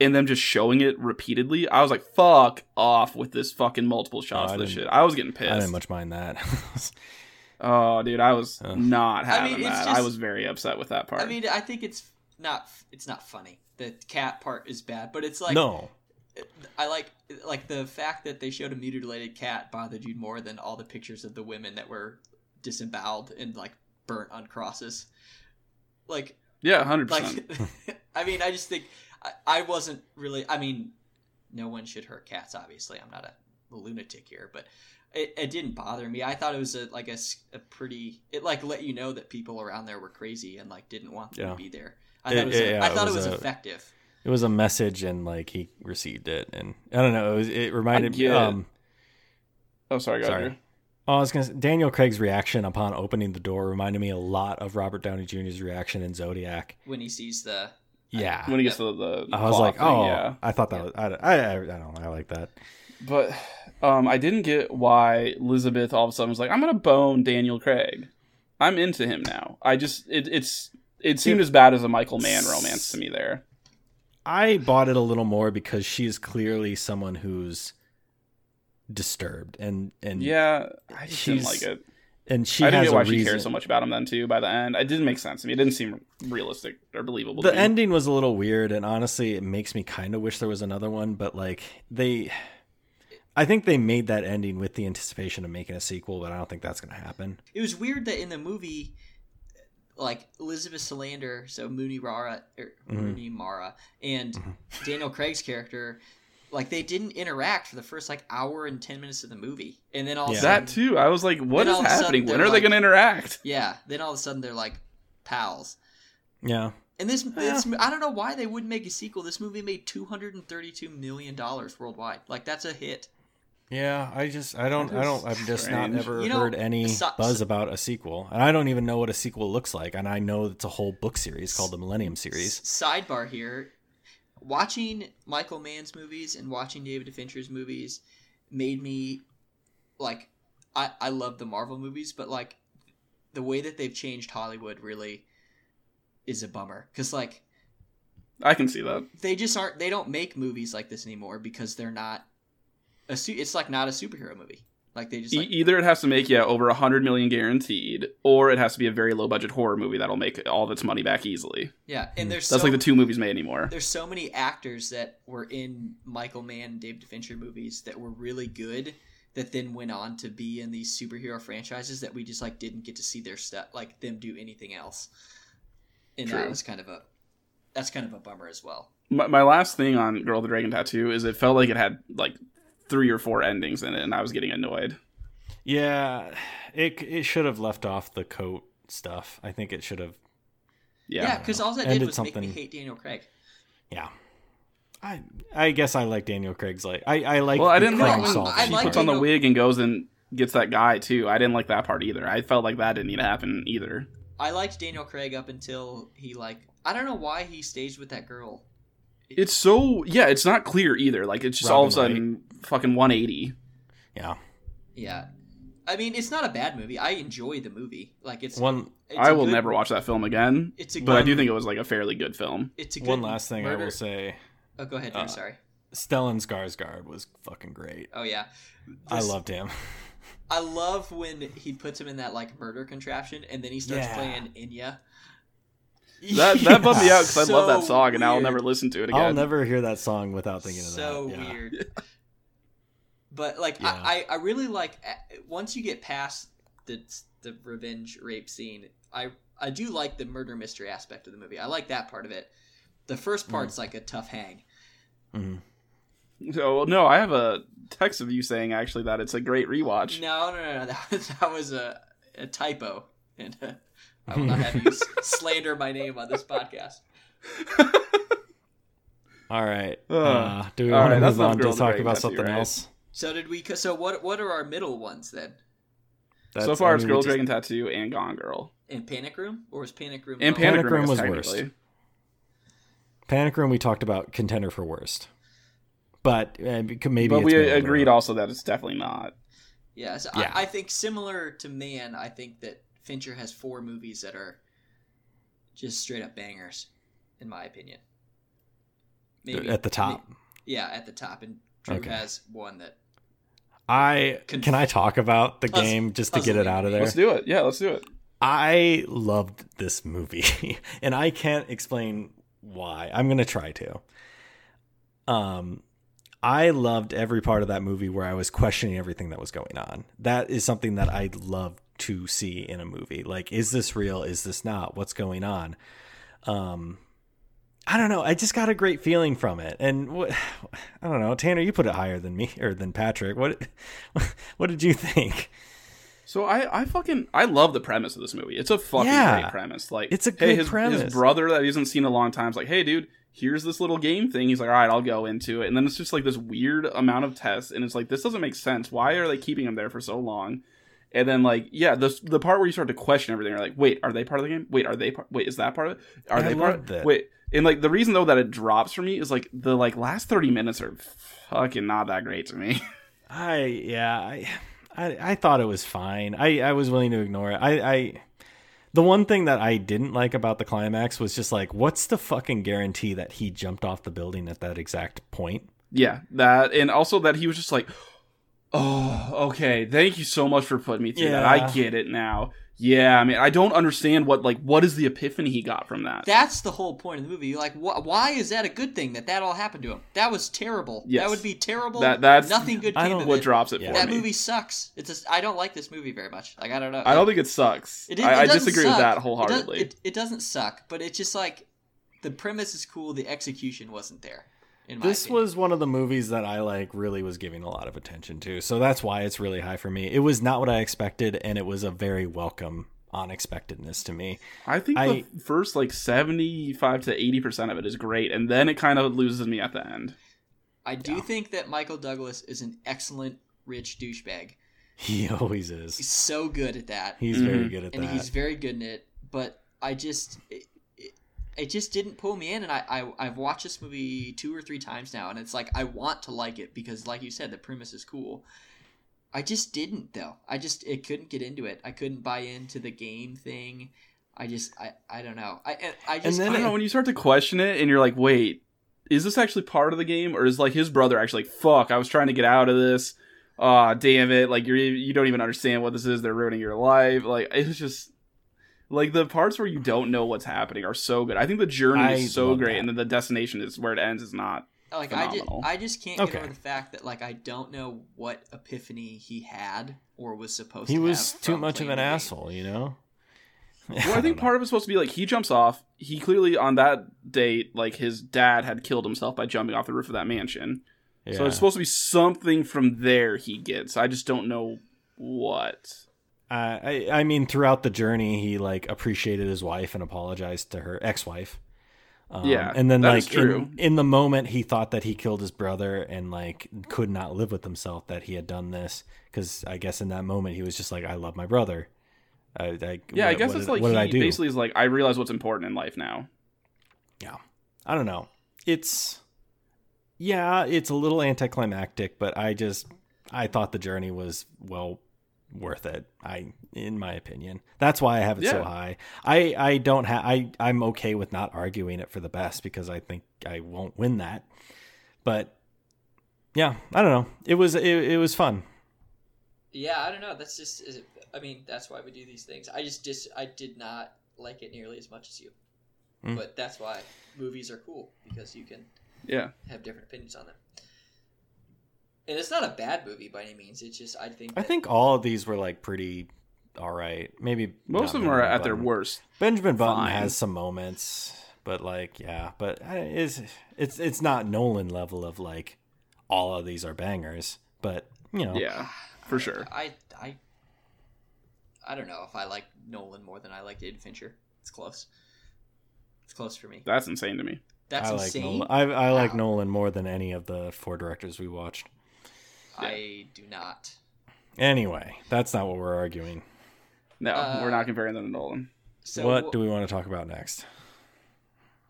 Speaker 3: and them just showing it repeatedly. I was like, fuck off with this fucking multiple shots
Speaker 1: Oh, I
Speaker 3: of this
Speaker 1: didn't-
Speaker 3: shit. I was getting pissed.
Speaker 1: I didn't much mind that.
Speaker 3: Oh, dude, I was
Speaker 1: Ugh.
Speaker 3: not
Speaker 2: I mean,
Speaker 3: having
Speaker 2: it's
Speaker 3: that.
Speaker 2: just-
Speaker 3: I was very upset with that part.
Speaker 2: I mean, I think it's not it's not funny. The cat part is bad, but it's like
Speaker 1: no.
Speaker 2: I like like the fact that they showed a mutilated cat bothered you more than all the pictures of the women that were disemboweled and like burnt on crosses. Like,
Speaker 3: yeah, hundred percent.
Speaker 2: like, I mean, I just think I, I wasn't really. I mean, no one should hurt cats. Obviously, I'm not a lunatic here, but it, it didn't bother me. I thought it was a, like a, s- a pretty. It like let you know that people around there were crazy and like didn't want them
Speaker 1: Yeah.
Speaker 2: to be there. I
Speaker 1: It-
Speaker 2: thought it, was.
Speaker 1: it- yeah,
Speaker 2: I
Speaker 1: it
Speaker 2: thought it
Speaker 1: was
Speaker 2: was,
Speaker 1: a-
Speaker 2: effective.
Speaker 1: It was a message, and like he received it, and I don't know. It, was, it reminded me.
Speaker 3: get it.
Speaker 1: Um,
Speaker 3: Oh, sorry, guys.
Speaker 1: sorry. Oh, I was gonna. Say, Daniel Craig's reaction upon opening the door reminded me a lot of Robert Downey Jr.'s reaction in Zodiac.
Speaker 2: When he sees the
Speaker 1: Ah, Yeah.
Speaker 3: When he gets to the, the
Speaker 1: I was
Speaker 3: claw
Speaker 1: like,
Speaker 3: thing,
Speaker 1: oh,
Speaker 3: yeah.
Speaker 1: I thought that was. I, I, I I don't. know. I like that.
Speaker 3: But um, I didn't get why Elizabeth all of a sudden was like, I'm gonna bone Daniel Craig. I'm into him now. I just it, it's it seemed as bad as a Michael Mann romance to me there.
Speaker 1: I bought it a little more because she is clearly someone who's disturbed and and
Speaker 3: Yeah, I just didn't
Speaker 1: she's-
Speaker 3: like it.
Speaker 1: and she
Speaker 3: I didn't
Speaker 1: has
Speaker 3: get why
Speaker 1: a
Speaker 3: she
Speaker 1: reason.
Speaker 3: cares so much about him then too. By the end, it didn't make sense to me. It didn't seem realistic or believable.
Speaker 1: The
Speaker 3: to me.
Speaker 1: ending was a little weird, and honestly, it makes me kind of wish there was another one. But like they, I think they made that ending with the anticipation of making a sequel, but I don't think that's going to happen.
Speaker 2: It was weird that in the movie, like Elizabeth Salander, so Mooney Rara, er,
Speaker 1: Mhm.
Speaker 2: Mooney Mara, and
Speaker 1: Mhm.
Speaker 2: Daniel Craig's character, like they didn't interact for the first like hour and ten minutes of the movie, and then all of
Speaker 1: Yeah.
Speaker 2: a
Speaker 3: that
Speaker 2: sudden,
Speaker 3: too, I was like, what
Speaker 2: Then
Speaker 3: is
Speaker 2: all of a sudden
Speaker 3: happening? When
Speaker 2: they're
Speaker 3: are they
Speaker 2: like-
Speaker 3: gonna interact?
Speaker 2: yeah, then all of a sudden they're like pals.
Speaker 1: Yeah,
Speaker 2: And this, this, I don't know why they wouldn't make a sequel. This movie made two hundred and thirty-two million dollars worldwide. Like that's a hit.
Speaker 1: yeah. I just, I don't,
Speaker 3: That
Speaker 1: I
Speaker 3: is
Speaker 1: don't, I've just not
Speaker 3: strange.
Speaker 1: ever
Speaker 2: You know,
Speaker 1: heard any
Speaker 2: so-
Speaker 1: buzz about a sequel, and I don't even know what a sequel looks like. And I know it's a whole book series called the Millennium Series.
Speaker 2: S- Sidebar here: watching Michael Mann's movies and watching David Fincher's movies made me like I I love the Marvel movies, but like the way that they've changed Hollywood really is a bummer because like
Speaker 3: I can see that.
Speaker 2: they just aren't they don't make movies like this anymore because they're not a su- it's like not a superhero movie like they just
Speaker 3: E-
Speaker 2: like,
Speaker 3: Either it has to make yeah over a hundred million guaranteed, or it has to be a very low budget horror movie that'll make all of its money back easily.
Speaker 2: yeah and there's
Speaker 3: Mm. That's
Speaker 2: so
Speaker 3: like the two movies made anymore.
Speaker 2: there's so many actors that were in Michael Mann and David Fincher movies that were really good that then went on to be in these superhero franchises that we just like didn't get to see their stuff like them do anything else. And
Speaker 3: True.
Speaker 2: that was kind of a that's kind of a bummer as well.
Speaker 3: My, my last thing on Girl with the Dragon Tattoo is it felt like it had like three or four endings in it, and I was getting annoyed.
Speaker 1: Yeah, it it should have left off the coat stuff. I think it should have.
Speaker 3: Yeah,
Speaker 2: Yeah, because all that
Speaker 1: And
Speaker 2: did
Speaker 1: did
Speaker 2: was make
Speaker 1: something-
Speaker 2: me hate Daniel Craig.
Speaker 1: Yeah, I I guess I like Daniel Craig's like I I like.
Speaker 3: Well, I
Speaker 1: the
Speaker 3: didn't
Speaker 1: Craig
Speaker 3: like-
Speaker 1: solve
Speaker 2: I
Speaker 1: issue
Speaker 2: like
Speaker 1: part.
Speaker 3: puts on the
Speaker 2: Daniel-
Speaker 3: wig and goes and gets that guy too. I didn't like that part either. I felt like that didn't need to happen either.
Speaker 2: I liked Daniel Craig up until he like I don't know why he staged with that girl
Speaker 3: It's so yeah, it's not clear either. Like it's just all of a
Speaker 1: Robin
Speaker 3: sudden fucking 180.
Speaker 1: Yeah.
Speaker 2: Yeah. I mean, it's not a bad movie. I enjoy the movie. Like it's
Speaker 1: One
Speaker 2: it's
Speaker 3: I
Speaker 2: a
Speaker 3: will
Speaker 2: good-
Speaker 3: never watch that film again.
Speaker 2: It's a
Speaker 3: But I
Speaker 2: good-
Speaker 3: do think it was like a fairly good film.
Speaker 2: It's a good
Speaker 1: one last thing I
Speaker 2: murder-
Speaker 1: will say.
Speaker 2: Oh, go ahead. Drew,
Speaker 1: uh,
Speaker 2: sorry.
Speaker 1: Stellan Skarsgård was fucking great.
Speaker 2: Oh yeah.
Speaker 1: I
Speaker 2: This-
Speaker 1: loved him.
Speaker 2: I love when he puts him in that like murder contraption, and then he starts
Speaker 1: Yeah.
Speaker 2: playing Inya.
Speaker 3: That that bummed me out because I love that
Speaker 2: So
Speaker 3: song and I'll
Speaker 2: weird.
Speaker 3: never listen to it again.
Speaker 1: I'll never hear that song without thinking of
Speaker 2: so
Speaker 1: that. Yeah.
Speaker 2: weird. but like
Speaker 1: Yeah.
Speaker 2: I, I, I really like a- once you get past the the revenge rape scene, I I do like the murder mystery aspect of the movie. I like that part of it. The first part's
Speaker 1: Mm.
Speaker 2: like a tough hang.
Speaker 1: Mhm.
Speaker 3: So well, no, I have a text of you saying actually that it's a great rewatch.
Speaker 2: No, no, no, no. That was, that was a, a typo, and uh, I will not have you s- slander my name on this podcast.
Speaker 1: All right.
Speaker 3: Uh,
Speaker 1: Uh, do we
Speaker 3: all
Speaker 1: want
Speaker 3: right,
Speaker 1: to
Speaker 3: that's
Speaker 1: move on
Speaker 3: enough
Speaker 1: to
Speaker 3: girl
Speaker 1: talk
Speaker 3: debate,
Speaker 1: about
Speaker 3: Matthew,
Speaker 1: something
Speaker 3: right?
Speaker 1: else?
Speaker 2: So did we? So what? What are our middle ones then?
Speaker 3: so
Speaker 1: That's-
Speaker 3: far,
Speaker 1: I
Speaker 3: it's
Speaker 1: mean, we
Speaker 3: Girl
Speaker 1: just-
Speaker 3: Dragon Tattoo and Gone Girl.
Speaker 2: In Panic Room, or was Panic Room?
Speaker 3: And
Speaker 2: lower?
Speaker 3: Panic,
Speaker 1: Panic
Speaker 3: Room
Speaker 1: Room
Speaker 3: is
Speaker 1: was
Speaker 3: technically-
Speaker 1: worst. Panic Room. We talked about contender for worst, but uh, maybe
Speaker 3: but
Speaker 1: it's
Speaker 3: we
Speaker 1: middle
Speaker 3: agreed
Speaker 1: ground.
Speaker 3: also that it's definitely not.
Speaker 2: Yeah, so
Speaker 1: Yeah.
Speaker 2: I, I think similar to Man, I think that Fincher has four movies that are just straight up bangers, in my opinion.
Speaker 1: at the top.
Speaker 2: may- yeah, at the top, and Drew
Speaker 1: Okay.
Speaker 2: has one that.
Speaker 1: I
Speaker 2: Con-
Speaker 1: can I talk about the
Speaker 2: Puzzle-
Speaker 1: game just to get it
Speaker 2: puzzling.
Speaker 1: out of there.
Speaker 3: Let's do it. Yeah, let's do it.
Speaker 1: I loved this movie, and I can't explain why. I'm gonna try to. Um, I loved every part of that movie where I was questioning everything that was going on. That is something that I love to see in a movie. Like, is this real? Is this not? What's going on? Um, I don't know. I just got a great feeling from it, and what I don't know. Tanner, you put it higher than me or than Patrick. What? What did you think?
Speaker 3: So I, I fucking I love the premise of this movie. It's a fucking
Speaker 1: Yeah.
Speaker 3: great premise. Like
Speaker 1: It's a
Speaker 3: hey,
Speaker 1: good
Speaker 3: his,
Speaker 1: premise.
Speaker 3: His brother that he hasn't seen in a long time is like, hey dude, here's this little game thing. He's like, all right, I'll go into it. And then it's just like this weird amount of tests, and it's like this doesn't make sense. Why are they keeping him there for so long? And then like yeah, the the part where you start to question everything, you're like, wait, are they part of the game? Wait, are they part? Wait, is that part of it? Are
Speaker 1: I
Speaker 3: they part?
Speaker 1: loved it.
Speaker 3: Wait, and like the reason though that it drops for me is like the like last thirty minutes are fucking not that great to me.
Speaker 1: I yeah, I I, I thought it was fine. I, I was willing to ignore it. I, I the one thing that I didn't like about the climax was just like, what's the fucking guarantee that he jumped off the building at that exact point?
Speaker 3: Yeah, that and also that he was just like, "Oh, okay. Thank you so much for putting me through that. I
Speaker 1: Yeah.
Speaker 3: get it now." Yeah, I mean, I don't understand what like what is the epiphany he got from that.
Speaker 2: That's the whole point of the movie. You're Like, wh- why is that a good thing that that all happened to him? That was terrible. That
Speaker 3: Yes.
Speaker 2: would be terrible.
Speaker 3: That- that's-
Speaker 2: nothing good
Speaker 1: I
Speaker 2: came
Speaker 1: don't-
Speaker 2: of
Speaker 3: what
Speaker 2: it.
Speaker 3: drops it
Speaker 1: Yeah.
Speaker 3: for
Speaker 2: that
Speaker 3: me.
Speaker 2: movie sucks. It's just, I don't like this movie very much. Like I don't know.
Speaker 3: I don't think it sucks.
Speaker 2: It, it,
Speaker 3: I, I
Speaker 2: it doesn't
Speaker 3: disagree
Speaker 2: suck.
Speaker 3: with
Speaker 2: It
Speaker 3: that
Speaker 2: does-
Speaker 3: wholeheartedly.
Speaker 2: It, it doesn't suck, but it's just like the premise is cool. The execution wasn't there. In my
Speaker 1: This
Speaker 2: opinion.
Speaker 1: was one of the movies that I like really was giving a lot of attention to. So that's why it's really high for me. It was not what I expected and it was a very welcome unexpectedness to me.
Speaker 3: I think
Speaker 1: I-
Speaker 3: the first like seventy five to eighty percent of it is great, and then it kind of loses me at the end.
Speaker 2: I do think that Michael Douglas is an excellent rich douchebag.
Speaker 1: He always
Speaker 2: He's
Speaker 1: is.
Speaker 2: so good at that,
Speaker 1: He's
Speaker 3: Mhm.
Speaker 1: very good at
Speaker 2: Mm. and
Speaker 1: that.
Speaker 2: he's very good in it. But I just. It, it, it just didn't pull me in, and I, I I've watched this movie two or three times now, and it's like I want to like it because, like you said, the premise is cool. I just didn't though. I just it couldn't get into it. I couldn't buy into the game thing. I just I I don't know. I I- I just
Speaker 1: then
Speaker 3: I
Speaker 1: it-
Speaker 3: don't know when you start to question it, and you're like, "Wait, is this actually part of the game, or is like his brother actually like, fuck? I was trying to get out of this. Ah, damn it! Like you're you don't even understand what this is. They're ruining your life. Like it's just like the parts where you don't know what's happening are so good. I think the journey
Speaker 1: I
Speaker 3: is so
Speaker 1: love
Speaker 3: great,
Speaker 1: that.
Speaker 3: and then the destination is where it ends is not.
Speaker 2: like
Speaker 3: phenomenal.
Speaker 2: I just I just can't
Speaker 1: Okay.
Speaker 2: get over the fact that like I don't know what epiphany he had or was supposed
Speaker 1: he
Speaker 2: to
Speaker 1: was
Speaker 2: have
Speaker 1: too
Speaker 2: from
Speaker 1: much of
Speaker 2: playing
Speaker 1: an
Speaker 2: the game.
Speaker 1: asshole, you know?
Speaker 3: Well, I think part of it's supposed to be like he jumps off. He clearly on that date, like his dad had killed himself by jumping off the roof of that mansion. So it's supposed to be something from there he gets. I just don't know what.
Speaker 1: Uh, I, I mean, throughout the journey, he like appreciated his wife and apologized to her ex-wife. Um,
Speaker 3: Yeah,
Speaker 1: and then
Speaker 3: that
Speaker 1: like
Speaker 3: is true.
Speaker 1: In, in the moment, he thought that he killed his brother and like could not live with himself that he had done this because I guess in that moment he was just like, "I love my brother." I, I,
Speaker 3: Yeah, I
Speaker 1: what-
Speaker 3: guess
Speaker 1: what
Speaker 3: it's
Speaker 1: did-
Speaker 3: like
Speaker 1: what
Speaker 3: he
Speaker 1: did I do?
Speaker 3: basically is like I realize what's important in life now.
Speaker 1: I don't know. it's yeah, it's a little anticlimactic, but I just I thought the journey was well worth it. I in my opinion. That's why I have it so
Speaker 3: Yeah.
Speaker 1: high. I I don't have I I'm okay with not arguing it for the best because I think I won't win that. But yeah, I don't know. It was it, it was fun.
Speaker 2: Yeah, I don't know. That's just. Is it, I mean, that's why we do these things. I just dis. I did not like it nearly as much as you,
Speaker 3: Hmm.
Speaker 1: Mm.
Speaker 2: but that's why movies are cool because you can
Speaker 3: Yeah.
Speaker 2: have different opinions on them. And it's not a bad movie by any means. It's just I think
Speaker 1: I
Speaker 2: that-
Speaker 1: think all of these were like pretty all right. Maybe not
Speaker 3: Most of them are
Speaker 1: Benjamin
Speaker 3: at their
Speaker 1: Button.
Speaker 3: worst.
Speaker 1: Benjamin Button
Speaker 3: Fine.
Speaker 1: has some moments, but like yeah, but I- it's it's it's not Nolan level of like all of these are bangers, but you know,
Speaker 3: Yeah, for sure.
Speaker 2: I I I don't know if I like Nolan more than I like David Fincher. It's close. It's close for me.
Speaker 3: That's insane to me.
Speaker 2: That's
Speaker 1: I like
Speaker 2: insane.
Speaker 1: Nolan. I, I like
Speaker 2: Wow.
Speaker 1: Nolan more than any of the four directors we watched.
Speaker 2: I do not.
Speaker 1: Anyway, that's not what we're arguing.
Speaker 3: No,
Speaker 2: Uh,
Speaker 3: we're not comparing them to Nolan.
Speaker 2: So
Speaker 1: what do we want to talk about next?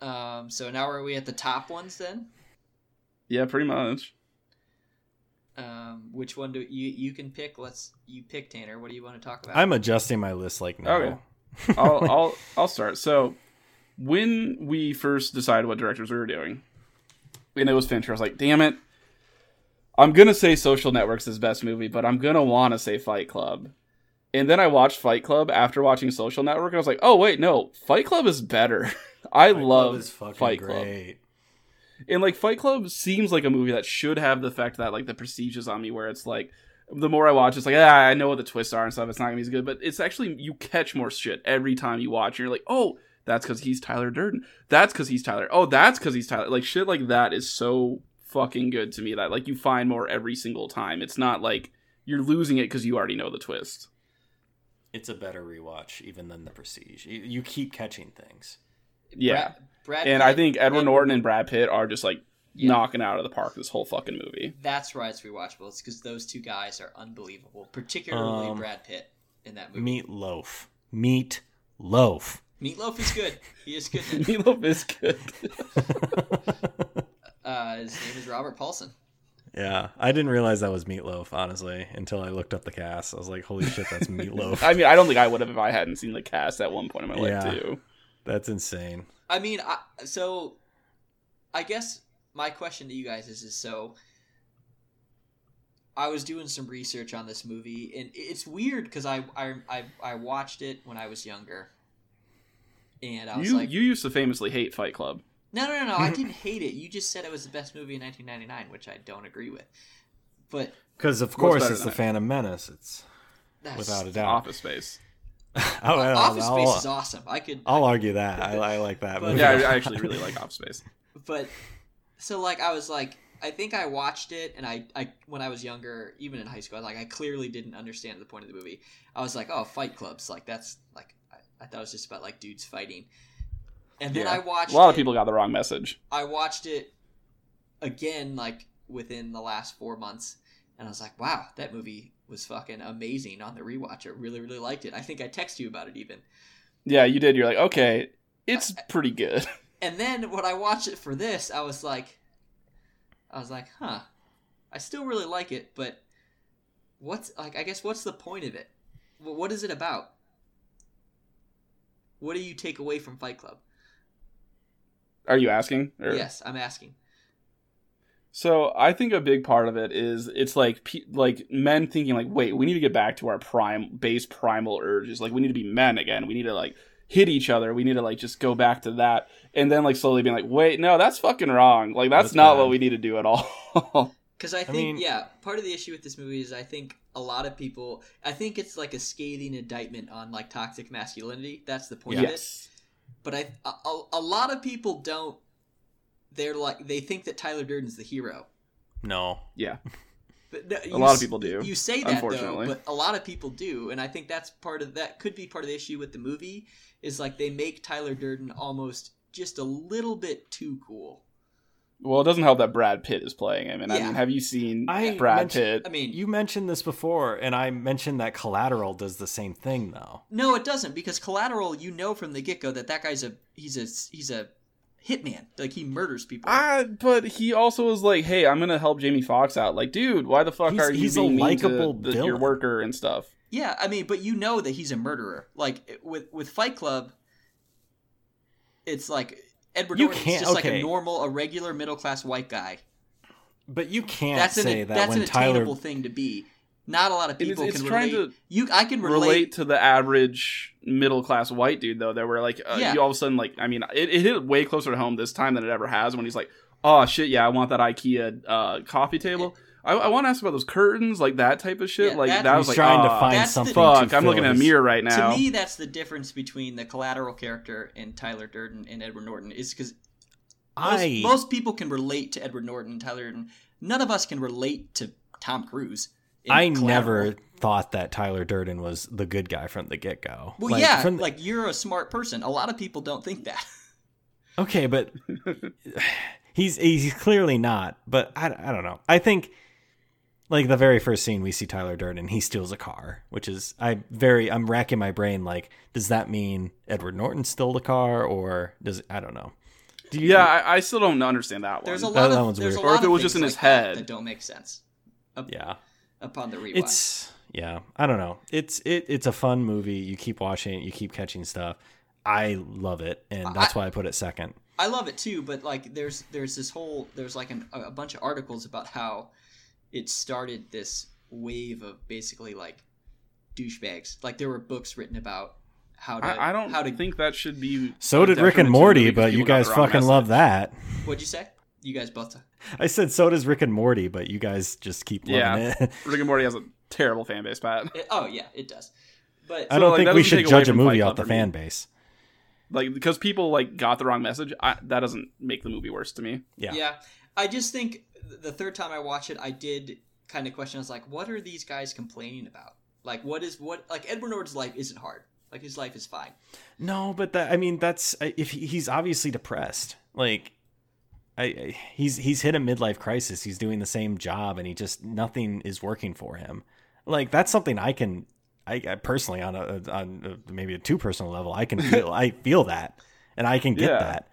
Speaker 2: um so now are we at the top ones then?
Speaker 3: Yeah, pretty much.
Speaker 2: Um which one do you you can pick? Let's you pick Tanner. What do you want to talk about?
Speaker 1: I'm adjusting my list like now.
Speaker 3: Okay. I'll I'll I'll start. So when we first decided what directors we were doing, and it was Fincher, I was like, damn it. I'm gonna say Social Network's his best movie, but I'm gonna wanna say Fight Club. And then I watched Fight Club after watching Social Network, and I was like, oh wait, no, Fight Club is better. I love Fight Club. And like Fight Club seems like a movie that should have the effect that like the prestige is on me, where it's like the more I watch, it's like ah, I know what the twists are and stuff. It's not gonna be as good, but it's actually you catch more shit every time you watch. And you're like, oh, that's because he's Tyler Durden. That's because he's Tyler. Oh, that's because he's Tyler. Like shit like that is so fucking good to me that like you find more every single time. It's not like you're losing it because you already know the twist.
Speaker 1: It's a better rewatch even than The Prestige. You, you keep catching things.
Speaker 3: Yeah.
Speaker 2: Brad, Brad
Speaker 3: And I
Speaker 2: Pitt-
Speaker 3: think Edward
Speaker 2: and-
Speaker 3: Norton and Brad Pitt are just like
Speaker 2: Yeah.
Speaker 3: knocking out of the park this whole fucking movie.
Speaker 2: That's why it's rewatchable. It's because those two guys are unbelievable, particularly
Speaker 1: Um,
Speaker 2: Brad Pitt in that movie.
Speaker 1: Meat loaf. Meat loaf.
Speaker 2: Meatloaf is good. He is good. in it.
Speaker 3: Meatloaf is good.
Speaker 2: Uh, his name is Robert Paulson.
Speaker 1: Yeah, I didn't realize that was Meatloaf, honestly, until I looked up the cast. I was like, holy shit, that's Meatloaf.
Speaker 3: I mean, I don't think I would have if I hadn't seen the cast at one point in my life
Speaker 1: Yeah.
Speaker 3: too.
Speaker 1: that's insane.
Speaker 2: I mean, I, so I guess my question to you guys is: is so I was doing some research on this movie, and it's weird because I, I I I watched it when I was younger, and I was
Speaker 3: You
Speaker 2: like,
Speaker 3: you used to famously hate Fight Club.
Speaker 2: No, no, no, no! I didn't hate it. You just said it was the best movie in 1999, which I don't agree with. But
Speaker 1: Because, of
Speaker 3: What's
Speaker 1: course,
Speaker 3: better
Speaker 1: it's
Speaker 3: than
Speaker 1: The
Speaker 3: that?
Speaker 1: Phantom Menace. It's
Speaker 2: that's,
Speaker 1: without a doubt.
Speaker 3: Office Space.
Speaker 1: Oh, well,
Speaker 2: Office
Speaker 1: I'll,
Speaker 2: Space is awesome. I could
Speaker 1: I'll argue that. I, I like that.
Speaker 2: But-
Speaker 1: movie.
Speaker 3: Yeah, I, I actually really like Office Space.
Speaker 2: but so like i was like i think i watched it and I, I when i was younger even in high school I, like i clearly didn't understand the point of the movie i was like oh fight clubs like that's like i, I thought it was just about like dudes fighting and then
Speaker 3: Yeah.
Speaker 2: i watched
Speaker 3: A lot
Speaker 2: it,
Speaker 3: of people got the wrong message.
Speaker 2: i watched it again like within the last four months and i was like wow that movie was fucking amazing on the rewatch i really really liked it i think i texted you about it even
Speaker 3: Yeah, you did. You're like, okay, it's pretty good.
Speaker 2: And then when I watched it for this, I was like, I was like, huh, I still really like it, but what's like? I guess what's the point of it? Wh- What is it about? What do you take away from Fight Club?
Speaker 3: Are you asking? Or-
Speaker 2: Yes, I'm asking.
Speaker 3: So I think a big part of it is it's like pe- like men thinking like, wait, we need to get back to our prime base primal urges. Like we need to be men again. We need to like hit each other. We need to like just go back to that. And then like slowly being like, wait, no, that's fucking wrong. Like that's,
Speaker 1: That's
Speaker 3: not
Speaker 1: bad.
Speaker 3: what we need to do at all.
Speaker 2: Because I think,
Speaker 1: mean-
Speaker 2: yeah, part of the issue with this movie is I think a lot of people, I think it's like a scathing indictment on like toxic masculinity. That's the point of it. but I a, a, a lot of people don't. They're like they think that Tyler Durden's the hero.
Speaker 1: No.
Speaker 2: But no,
Speaker 3: A
Speaker 2: you
Speaker 3: lot
Speaker 2: s-
Speaker 3: of people do.
Speaker 2: You say that though,
Speaker 3: unfortunately.
Speaker 2: but a lot of people do, and I think that's part of that could be part of the issue with the movie is like they make Tyler Durden almost just a little bit too cool.
Speaker 3: Well, it doesn't help that Brad Pitt is playing him. And I
Speaker 2: Yeah.
Speaker 3: mean, have you seen
Speaker 1: I
Speaker 3: Brad
Speaker 1: mentioned-
Speaker 3: Pitt?
Speaker 2: I mean,
Speaker 1: You mentioned this before, and I mentioned that Collateral does the same thing, though.
Speaker 2: no, it doesn't because Collateral, you know from the get go that that guy's a he's a he's a hitman. Like he murders people.
Speaker 3: Ah, but he also was like, "Hey, I'm gonna help Jamie Fox out." Like, dude, why the fuck
Speaker 1: He's-
Speaker 3: are you
Speaker 1: he's a
Speaker 3: being mean to
Speaker 1: likable
Speaker 3: the, your
Speaker 1: villain.
Speaker 3: worker and stuff?
Speaker 2: yeah, I mean, but you know that he's a murderer. Like it- with with Fight Club, it's like Edward
Speaker 1: You
Speaker 2: Norton's
Speaker 1: can't-
Speaker 2: just like
Speaker 1: okay.
Speaker 2: a normal, a regular middle class white guy.
Speaker 1: But you can't
Speaker 2: That's
Speaker 1: say
Speaker 2: an
Speaker 1: that
Speaker 2: that's
Speaker 1: when
Speaker 2: an
Speaker 1: Tyler.
Speaker 2: attainable thing to be. Not a lot of
Speaker 3: It is-
Speaker 2: people
Speaker 3: it's
Speaker 2: can
Speaker 3: trying
Speaker 2: relate.
Speaker 3: to
Speaker 2: you, I can
Speaker 3: relate,
Speaker 2: relate.
Speaker 3: to the average middle class white dude though. That were like, uh,
Speaker 2: Yeah.
Speaker 3: you all of a sudden like, I mean, it, it hit way closer to home this time than it ever has when he's like, "Oh shit, yeah, I want that IKEA uh, coffee table." I, I want to ask about those curtains, like that type of shit.
Speaker 2: Yeah,
Speaker 3: like
Speaker 2: that-
Speaker 3: that
Speaker 2: I
Speaker 1: He's
Speaker 3: was like,
Speaker 1: trying to
Speaker 3: "Ah,
Speaker 1: find
Speaker 2: that's the-
Speaker 1: something.
Speaker 3: fuck,
Speaker 1: to
Speaker 3: I'm
Speaker 1: fill
Speaker 3: looking at a
Speaker 1: his-
Speaker 3: mirror right now.
Speaker 2: To me, that's the difference between the collateral character and Tyler Durden and Edward Norton is because most,
Speaker 1: I
Speaker 2: most people can relate to Edward Norton and Tyler Durden. None of us can relate to Tom Cruise. in
Speaker 1: I
Speaker 2: Collateral.
Speaker 1: never thought that Tyler Durden was the good guy from the get go.
Speaker 2: Well, yeah,
Speaker 1: From the-
Speaker 2: like you're a smart person. A lot of people don't think that.
Speaker 1: okay, but he's he's clearly not. But I, I don't know. I think like the very first scene we see Tyler Durden, he steals a car, which is I very I'm racking my brain. Like, does that mean Edward Norton stole the car, or does I don't know? Do you,
Speaker 3: yeah, I, I still don't understand that one.
Speaker 2: There's a
Speaker 1: That-
Speaker 2: lot
Speaker 1: that
Speaker 2: of
Speaker 1: one's
Speaker 2: there's
Speaker 1: weird.
Speaker 2: a
Speaker 3: Or
Speaker 2: lot
Speaker 3: if it was
Speaker 2: of
Speaker 3: just in
Speaker 2: things
Speaker 3: his
Speaker 2: like that
Speaker 3: head.
Speaker 2: that don't make sense
Speaker 1: yeah.
Speaker 2: upon the rewatch.
Speaker 1: it's yeah i don't know it's it it's a fun movie you keep watching it, you keep catching stuff i love it and that's why i put it second
Speaker 2: I love it too, but like there's there's this whole there's like an, a bunch of articles about how it started this wave of basically like douchebags. Like there were books written about how to
Speaker 3: I, I don't
Speaker 2: how to
Speaker 3: think that should be.
Speaker 1: so did rick and
Speaker 3: detriment to the
Speaker 1: morty
Speaker 3: movie 'cause
Speaker 1: but you
Speaker 3: people got
Speaker 1: guys
Speaker 3: the wrong
Speaker 1: fucking
Speaker 3: message.
Speaker 1: love that
Speaker 2: what'd you say? You guys both
Speaker 1: i said so does rick and morty but you guys just keep loving
Speaker 3: Yeah.
Speaker 1: it
Speaker 3: Rick and Morty has a terrible fan base, Pat.
Speaker 2: it, oh yeah, it does. But
Speaker 1: i don't
Speaker 3: like,
Speaker 1: think
Speaker 3: that
Speaker 1: we
Speaker 3: doesn't
Speaker 1: should
Speaker 3: take away
Speaker 1: judge a
Speaker 3: from
Speaker 1: movie
Speaker 3: Fight
Speaker 1: off the
Speaker 3: Club for me.
Speaker 1: fan base
Speaker 3: Like because people like got the wrong message. I, that doesn't make the movie worse to me.
Speaker 1: yeah.
Speaker 2: yeah, I just think the third time I watched it, I did kind of question. I was like, what are these guys complaining about? Like what is what like Edward Norton's life isn't hard. Like his life is fine.
Speaker 1: no but that i mean that's I- if he, he's obviously depressed like I, I he's he's hit a midlife crisis he's doing the same job and he just nothing is working for him like that's something i can i, I personally on a on a, maybe a two personal level i can feel i feel that and i can get
Speaker 3: Yeah.
Speaker 1: that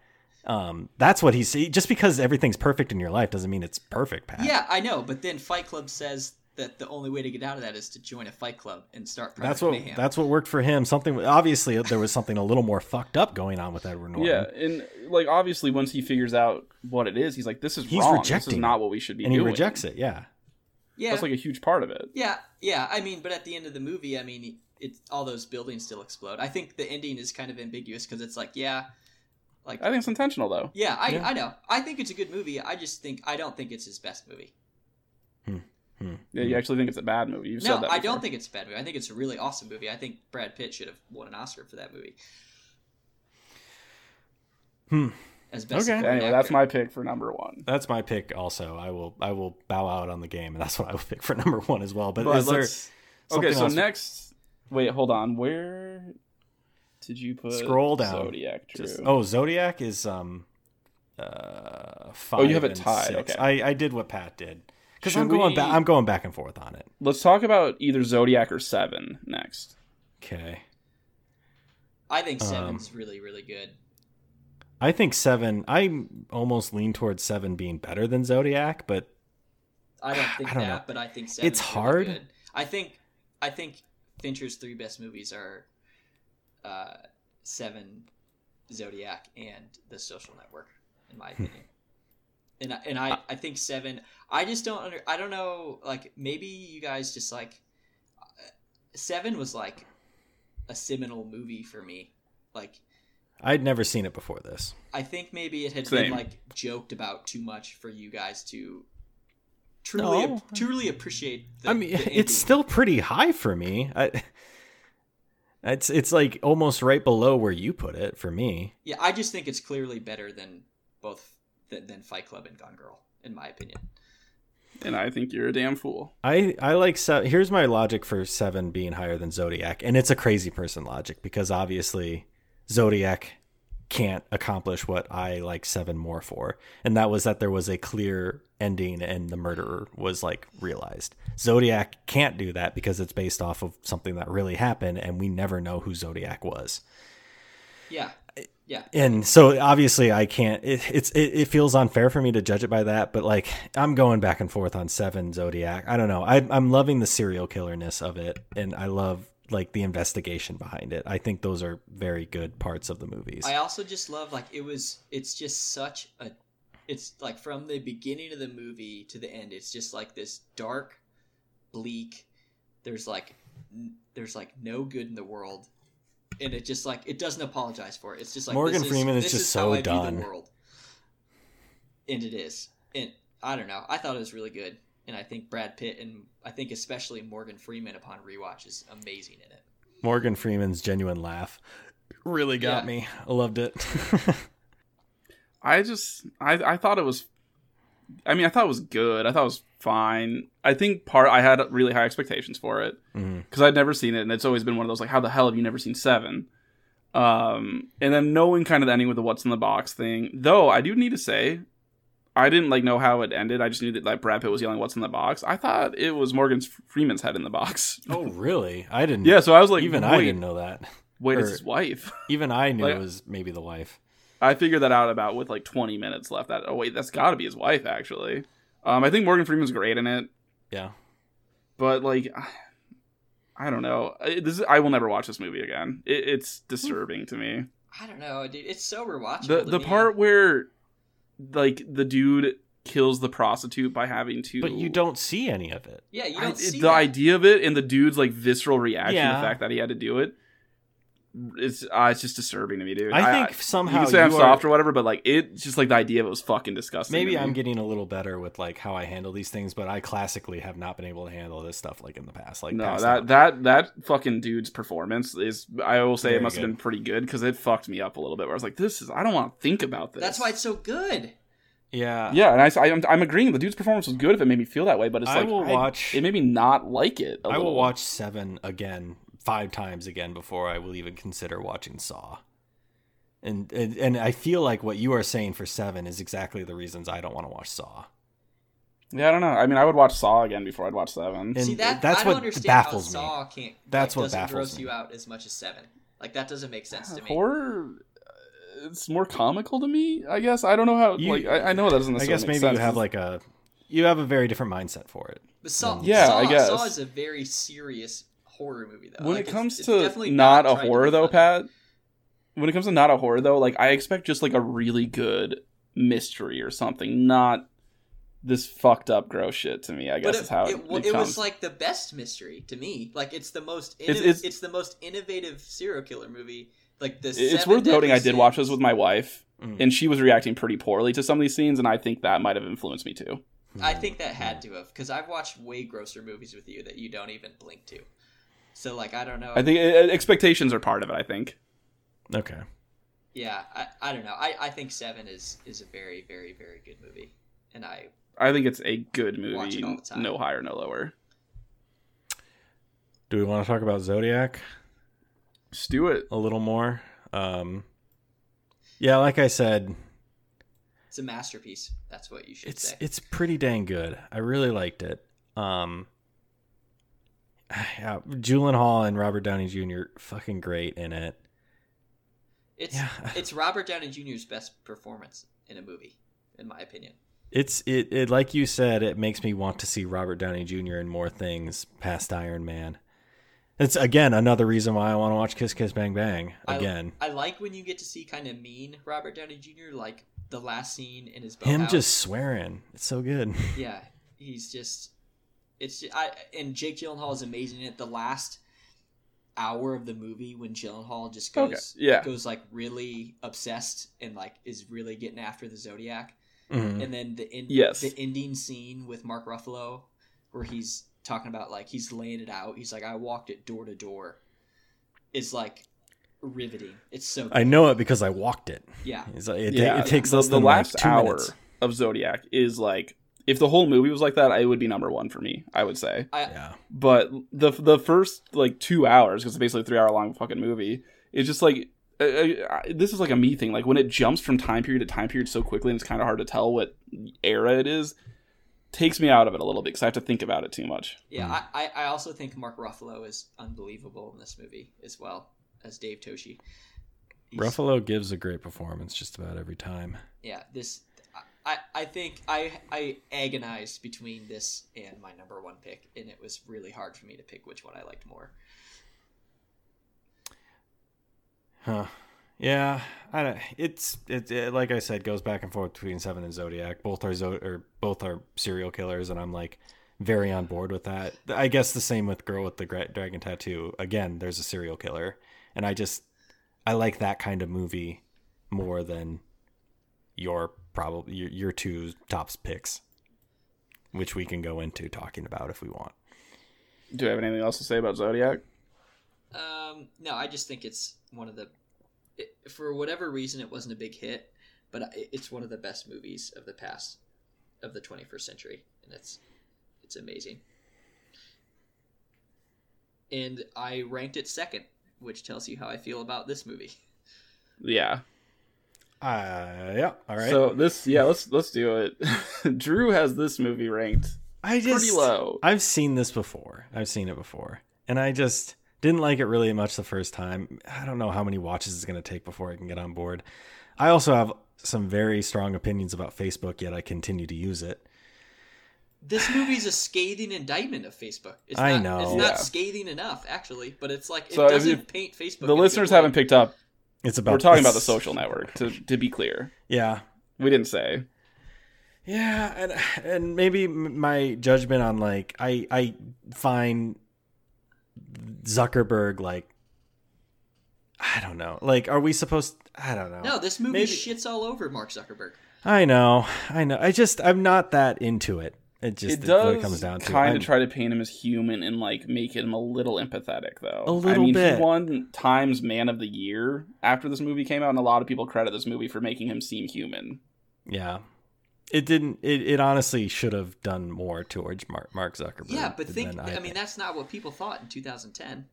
Speaker 1: um that's what he's just because everything's perfect in your life doesn't mean it's perfect pat
Speaker 2: Yeah, I know, but then Fight Club says that the only way to get out of that is to join a fight club and start Project
Speaker 1: that's what
Speaker 2: Mayhem.
Speaker 1: that's what worked for him something obviously uh, there was something a little more fucked up going on with edward norton
Speaker 3: Yeah, and like obviously once he figures out what it is, he's like, "This is
Speaker 1: He's
Speaker 3: wrong. this
Speaker 1: rejecting
Speaker 3: is not what we should be
Speaker 1: and he
Speaker 3: doing."
Speaker 1: rejects it yeah
Speaker 2: yeah,
Speaker 3: That's like a huge part of it.
Speaker 2: yeah, yeah. I mean, but at the end of the movie, I mean, it's all those buildings still explode. I think the ending is kind of ambiguous because it's like, yeah, like,
Speaker 3: I think it's intentional though.
Speaker 2: yeah, I,
Speaker 1: Yeah.
Speaker 2: I know. I think it's a good movie. I just think I don't think it's his best movie.
Speaker 1: Hmm.
Speaker 3: Yeah, you actually think it's a bad movie. You've
Speaker 2: no,
Speaker 3: said that.
Speaker 2: I don't
Speaker 3: before.
Speaker 2: think it's a bad movie. I think it's a really awesome movie. I think Brad Pitt should have won an Oscar for that movie.
Speaker 1: Hmm.
Speaker 2: As best
Speaker 1: Okay.
Speaker 2: supporting
Speaker 3: Anyway, that's
Speaker 2: actor.
Speaker 3: my pick for number one.
Speaker 1: That's my pick. Also, I will I will bow out on the game, and that's what I will pick for number one as well. But,
Speaker 3: But
Speaker 1: is there
Speaker 3: let's-
Speaker 1: something
Speaker 3: okay, so
Speaker 1: else?
Speaker 3: next. Wait, hold on. Where did you put
Speaker 1: Scroll down.
Speaker 3: Zodiac? Drew?
Speaker 1: Just- oh, Zodiac is um, uh, five.
Speaker 3: Oh, you have it
Speaker 1: and
Speaker 3: tied,
Speaker 1: six.
Speaker 3: okay.
Speaker 1: I I did what Pat did because I'm
Speaker 3: Should
Speaker 1: going
Speaker 3: we-
Speaker 1: back. I'm going back and forth on it.
Speaker 3: Let's talk about either Zodiac or Seven next.
Speaker 1: Okay.
Speaker 2: I think
Speaker 1: Um,
Speaker 2: Seven's really, really good.
Speaker 1: I think seven. I almost lean towards seven being better than Zodiac, but
Speaker 2: I don't think
Speaker 1: I don't
Speaker 2: that,
Speaker 1: know.
Speaker 2: but I think seven.
Speaker 1: It's hard.
Speaker 2: Good. I think I think Fincher's three best movies are uh, Seven, Zodiac, and The Social Network, in
Speaker 1: Hmm.
Speaker 2: my opinion. and I, and I, I think Seven. I just don't under. I don't know. Like maybe you guys just like uh, Seven was like a seminal movie for me. Like
Speaker 1: I'd never seen it before this.
Speaker 2: I think maybe it had been
Speaker 3: Same.
Speaker 2: like joked about too much for you guys to truly
Speaker 1: No.
Speaker 2: truly appreciate. The,
Speaker 1: I mean,
Speaker 2: the ending.
Speaker 1: it's still pretty high for me. I, it's it's like almost right below where you put it for me.
Speaker 2: yeah. I just think it's clearly better than both than, than Fight Club and Gone Girl, in my opinion.
Speaker 3: And I think you're a damn fool.
Speaker 1: I I like seven. Here's my logic for seven being higher than Zodiac, and it's a crazy person logic because obviously Zodiac can't accomplish what I like seven more for, and that was that there was a clear ending and the murderer was like realized. Zodiac can't do that because it's based off of something that really happened, and we never know who Zodiac was.
Speaker 2: Yeah. Yeah.
Speaker 1: and so obviously I can't. It, it's it, it feels unfair for me to judge it by that, but like I'm going back and forth on Seven Zodiac. I don't know. I, I'm loving the serial killerness of it, and I love like the investigation behind it. I think those are very good parts of the movies.
Speaker 2: I also just love like it was it's just such a it's like from the beginning of the movie to the end it's just like this dark bleak there's like n- there's like no good in the world and it just like it doesn't apologize for it it's just like
Speaker 1: Morgan
Speaker 2: this
Speaker 1: Freeman is
Speaker 2: this
Speaker 1: just
Speaker 2: how
Speaker 1: so
Speaker 2: I view the
Speaker 1: done.
Speaker 2: world. and it is and I don't know I thought it was really good and I think Brad Pitt and I think especially Morgan Freeman upon rewatch is amazing in it
Speaker 1: Morgan Freeman's genuine laugh really got
Speaker 2: Yeah.
Speaker 1: me. I loved it.
Speaker 3: I just I I thought it was I mean, I thought it was good. I thought it was fine. I think part I had really high expectations for it
Speaker 1: Mhm.
Speaker 3: because I'd never seen it, and it's always been one of those like, how the hell have you never seen Seven? Um, and then knowing kind of the ending with the what's in the box thing, though, I do need to say, I didn't like know how it ended. I just knew that like Brad Pitt was yelling "What's in the box." I thought it was Morgan Freeman's head in the box.
Speaker 1: Oh, really? I didn't.
Speaker 3: yeah, so I was like,
Speaker 1: even
Speaker 3: wait,
Speaker 1: I didn't know that.
Speaker 3: Wait, it's
Speaker 1: or-
Speaker 3: his wife.
Speaker 1: Even I knew
Speaker 3: Like-
Speaker 1: it was maybe the wife.
Speaker 3: I figured that out about with like 20 minutes left. That oh wait, that's got to be his wife actually. Um, I think Morgan Freeman's great in it,
Speaker 1: Yeah.
Speaker 3: but like, I- I don't know. I- This is, I will never watch this movie again. It, it's disturbing to me.
Speaker 2: I don't know dude it's so rewatchable
Speaker 3: The
Speaker 2: to
Speaker 3: the
Speaker 2: me.
Speaker 3: part where like the dude kills the prostitute by having to,
Speaker 1: But you don't see any of it.
Speaker 2: yeah you
Speaker 3: I-
Speaker 2: don't
Speaker 3: it-
Speaker 2: see
Speaker 3: the
Speaker 2: that.
Speaker 3: idea of it and the dude's like visceral reaction, to
Speaker 1: Yeah.
Speaker 3: the fact that he had to do it. It's uh, it's just disturbing to me, dude.
Speaker 1: I think somehow
Speaker 3: you can say I'm
Speaker 1: you are-
Speaker 3: soft or whatever, but like it's just like the idea of it was fucking disgusting. to
Speaker 1: Maybe I'm
Speaker 3: me.
Speaker 1: getting a little better with like how I handle these things, but I classically have not been able to handle this stuff like in the past. Like
Speaker 3: no,
Speaker 1: passed
Speaker 3: that
Speaker 1: out.
Speaker 3: that that fucking dude's performance is. I will say
Speaker 1: Very
Speaker 3: it must have
Speaker 1: good.
Speaker 3: been pretty good because it fucked me up a little bit. Where I was like, this is. I don't want to think about this.
Speaker 2: that's why it's so good
Speaker 1: yeah,
Speaker 3: Yeah, and I, s- I am I'm agreeing. The dude's performance was good if it made me feel that way, but it's
Speaker 1: I
Speaker 3: like
Speaker 1: will watch-
Speaker 3: It made me not like it. I
Speaker 1: I will watch Seven again five times again before I will even consider watching Saw. And, and and I feel like what you are saying for Seven is exactly the reasons I don't want to watch Saw.
Speaker 3: Yeah, I don't know. I mean, I would watch Saw again before I'd watch Seven.
Speaker 1: And
Speaker 2: See that
Speaker 1: that's
Speaker 2: I don't
Speaker 1: what
Speaker 2: understand
Speaker 1: baffles
Speaker 2: how
Speaker 1: me.
Speaker 2: Saw can't.
Speaker 1: That's
Speaker 2: like,
Speaker 1: what
Speaker 2: doesn't
Speaker 1: baffles
Speaker 2: gross
Speaker 1: me.
Speaker 2: you out as much as Seven. Like that doesn't make sense to me.
Speaker 3: Horror. uh, It's more comical to me, I guess. I don't know how.
Speaker 1: You-
Speaker 3: like, I, I know that doesn't.
Speaker 1: I
Speaker 3: Necessarily
Speaker 1: guess
Speaker 3: make
Speaker 1: maybe
Speaker 3: sense.
Speaker 1: you have like a you have a very different mindset for it.
Speaker 2: But Saw,
Speaker 3: Yeah,
Speaker 2: Saw,
Speaker 3: I guess.
Speaker 2: Saw is a very serious horror movie though.
Speaker 3: when
Speaker 2: Like,
Speaker 3: it
Speaker 2: it's-
Speaker 3: comes
Speaker 2: it's
Speaker 3: to
Speaker 2: definitely
Speaker 3: not, a
Speaker 2: trying to
Speaker 3: horror
Speaker 2: be
Speaker 3: though,
Speaker 2: funny.
Speaker 3: Pat. When it comes to not a horror though, like I expect just like a really good mystery or something, not this fucked up gross shit. To me, I
Speaker 2: But
Speaker 3: guess
Speaker 2: it,
Speaker 3: is how
Speaker 2: it,
Speaker 3: it,
Speaker 2: wa-
Speaker 3: it
Speaker 2: it was
Speaker 3: comes.
Speaker 2: like the best mystery to me. Like it's the most
Speaker 3: It's-
Speaker 2: inno- it's,
Speaker 3: it's-
Speaker 2: the most innovative serial killer movie. Like the
Speaker 3: it's
Speaker 2: Seven
Speaker 3: worth noting I
Speaker 2: Deadly
Speaker 3: did watch this
Speaker 2: Sins.
Speaker 3: with my wife,
Speaker 1: Mm.
Speaker 3: and she was reacting pretty poorly to some of these scenes, and I think that might have influenced me too.
Speaker 2: I think that had to have because I've watched way grosser movies with you that you don't even blink to. So like I don't know.
Speaker 3: I think uh, expectations are part of it. I think.
Speaker 1: Okay.
Speaker 2: Yeah, I, I don't know. I, I think Seven is is a very very very good movie, and I
Speaker 3: I think it's a good
Speaker 2: Watch it
Speaker 3: movie.
Speaker 2: all the time.
Speaker 3: No higher, no lower.
Speaker 1: Do we want to talk about Zodiac?
Speaker 3: Just do it.
Speaker 1: a little more. Um, yeah, like I said,
Speaker 2: it's a masterpiece. That's what you should
Speaker 1: it's
Speaker 2: say.
Speaker 1: it's pretty dang good. I really liked it. Um, yeah, Julian Hall and Robert Downey Jr. fucking great in it.
Speaker 2: It's
Speaker 1: yeah.
Speaker 2: it's Robert Downey Jr.'s best performance in a movie, in my opinion.
Speaker 1: It's it, it like you said, it makes me want to see Robert Downey Jr. in more things past Iron Man. It's again another reason why I want to watch Kiss Kiss Bang Bang
Speaker 2: I-
Speaker 1: again.
Speaker 2: I like when you get to see kind of mean Robert Downey Jr. Like the last scene in his boat
Speaker 1: Him
Speaker 2: house.
Speaker 1: just swearing. It's so good.
Speaker 2: yeah, he's just it's ju- I and Jake Gyllenhaal is amazing in it. The last hour of the movie when Gyllenhaal just goes
Speaker 3: Okay. Yeah.
Speaker 2: goes like really obsessed and like is really getting after the Zodiac.
Speaker 1: Mhm.
Speaker 2: and then the end,
Speaker 3: Yes.
Speaker 2: the ending scene with Mark Ruffalo, where he's talking about like he's laying it out. He's like, I walked it door to door, is like riveting. It's so
Speaker 1: I know it because I walked it.
Speaker 2: yeah,
Speaker 1: It's like- It,
Speaker 3: Yeah.
Speaker 1: it takes
Speaker 3: the,
Speaker 1: less
Speaker 3: the
Speaker 1: than like,
Speaker 3: last
Speaker 1: two
Speaker 3: hour
Speaker 1: minutes.
Speaker 3: of Zodiac is like if the whole movie was like that, it would be number one for me. I would say,
Speaker 1: Yeah.
Speaker 3: but the the first like two hours because it's basically a three hour long fucking movie. It's just like uh, uh, this is like a me thing. Like when it jumps from time period to time period so quickly, and it's kind of hard to tell what era it is. Takes me out of it a little bit because I have to think about it too much.
Speaker 2: yeah.
Speaker 1: Mm.
Speaker 2: I, I I also think Mark Ruffalo is unbelievable in this movie as well as Dave Toshi. He's-
Speaker 1: Ruffalo gives a great performance just about every time.
Speaker 2: yeah this I, I think I I agonized between this and my number one pick, and it was really hard for me to pick which one I liked more.
Speaker 1: Huh. Yeah, I don't, it's it, it like I said goes back and forth between Seven and Zodiac. Both are zo- or both are serial killers, and I'm like very on board with that. I guess the same with Girl with the Gra- Dragon Tattoo. Again, there's a serial killer, and I just I like that kind of movie more than your probably your, your two tops picks, which we can go into talking about if we want.
Speaker 3: Do you have anything else to say about Zodiac?
Speaker 2: Um, no, I just think it's one of the, it, for whatever reason, it wasn't a big hit, but I- it's one of the best movies of the past, of the 21st century, and it's it's amazing. And I ranked it second, which tells you how I feel about this movie.
Speaker 3: Yeah.
Speaker 1: Uh, yeah. All right.
Speaker 3: So this, yeah, let's let's do it. Drew has this movie ranked
Speaker 1: I just
Speaker 3: pretty low.
Speaker 1: I've seen this before. I've seen it before. And I just didn't like it really much the first time. I don't know how many watches it's going to take before I can get on board. I also have some very strong opinions about Facebook, yet I continue to use it.
Speaker 2: This movie's a scathing indictment of Facebook. It's
Speaker 1: I
Speaker 2: not,
Speaker 1: know.
Speaker 2: It's not
Speaker 3: Yeah.
Speaker 2: scathing enough, actually, but it's like, it
Speaker 3: So if
Speaker 2: doesn't
Speaker 3: you-
Speaker 2: paint Facebook. in a
Speaker 3: The
Speaker 2: good
Speaker 3: listeners
Speaker 2: light.
Speaker 3: haven't picked up.
Speaker 1: It's about
Speaker 3: We're talking about the
Speaker 1: it's-
Speaker 3: social network. To to be clear,
Speaker 1: Yeah.
Speaker 3: we didn't say.
Speaker 1: Yeah, and and maybe m- my judgment on like I I find Zuckerberg like I don't know. Like are we supposed I don't know.
Speaker 2: No, this movie
Speaker 1: Maybe-
Speaker 2: shits all over Mark Zuckerberg.
Speaker 1: I know, I know. I just I'm not that into it. It just
Speaker 3: it
Speaker 1: it's what
Speaker 3: does
Speaker 1: it comes down to.
Speaker 3: kind
Speaker 1: I'm-
Speaker 3: of try to paint him as human and like make him a little empathetic though.
Speaker 1: A
Speaker 3: I
Speaker 1: little
Speaker 3: mean,
Speaker 1: bit.
Speaker 3: He won Times Man of the Year after this movie came out, and a lot of people credit this movie for making him seem human.
Speaker 1: Yeah, it didn't. It, it honestly should have done more towards Mark, Mark Zuckerberg.
Speaker 2: Yeah, but think.
Speaker 1: than
Speaker 2: I, mean,
Speaker 1: think.
Speaker 2: that's not what people thought in 2010.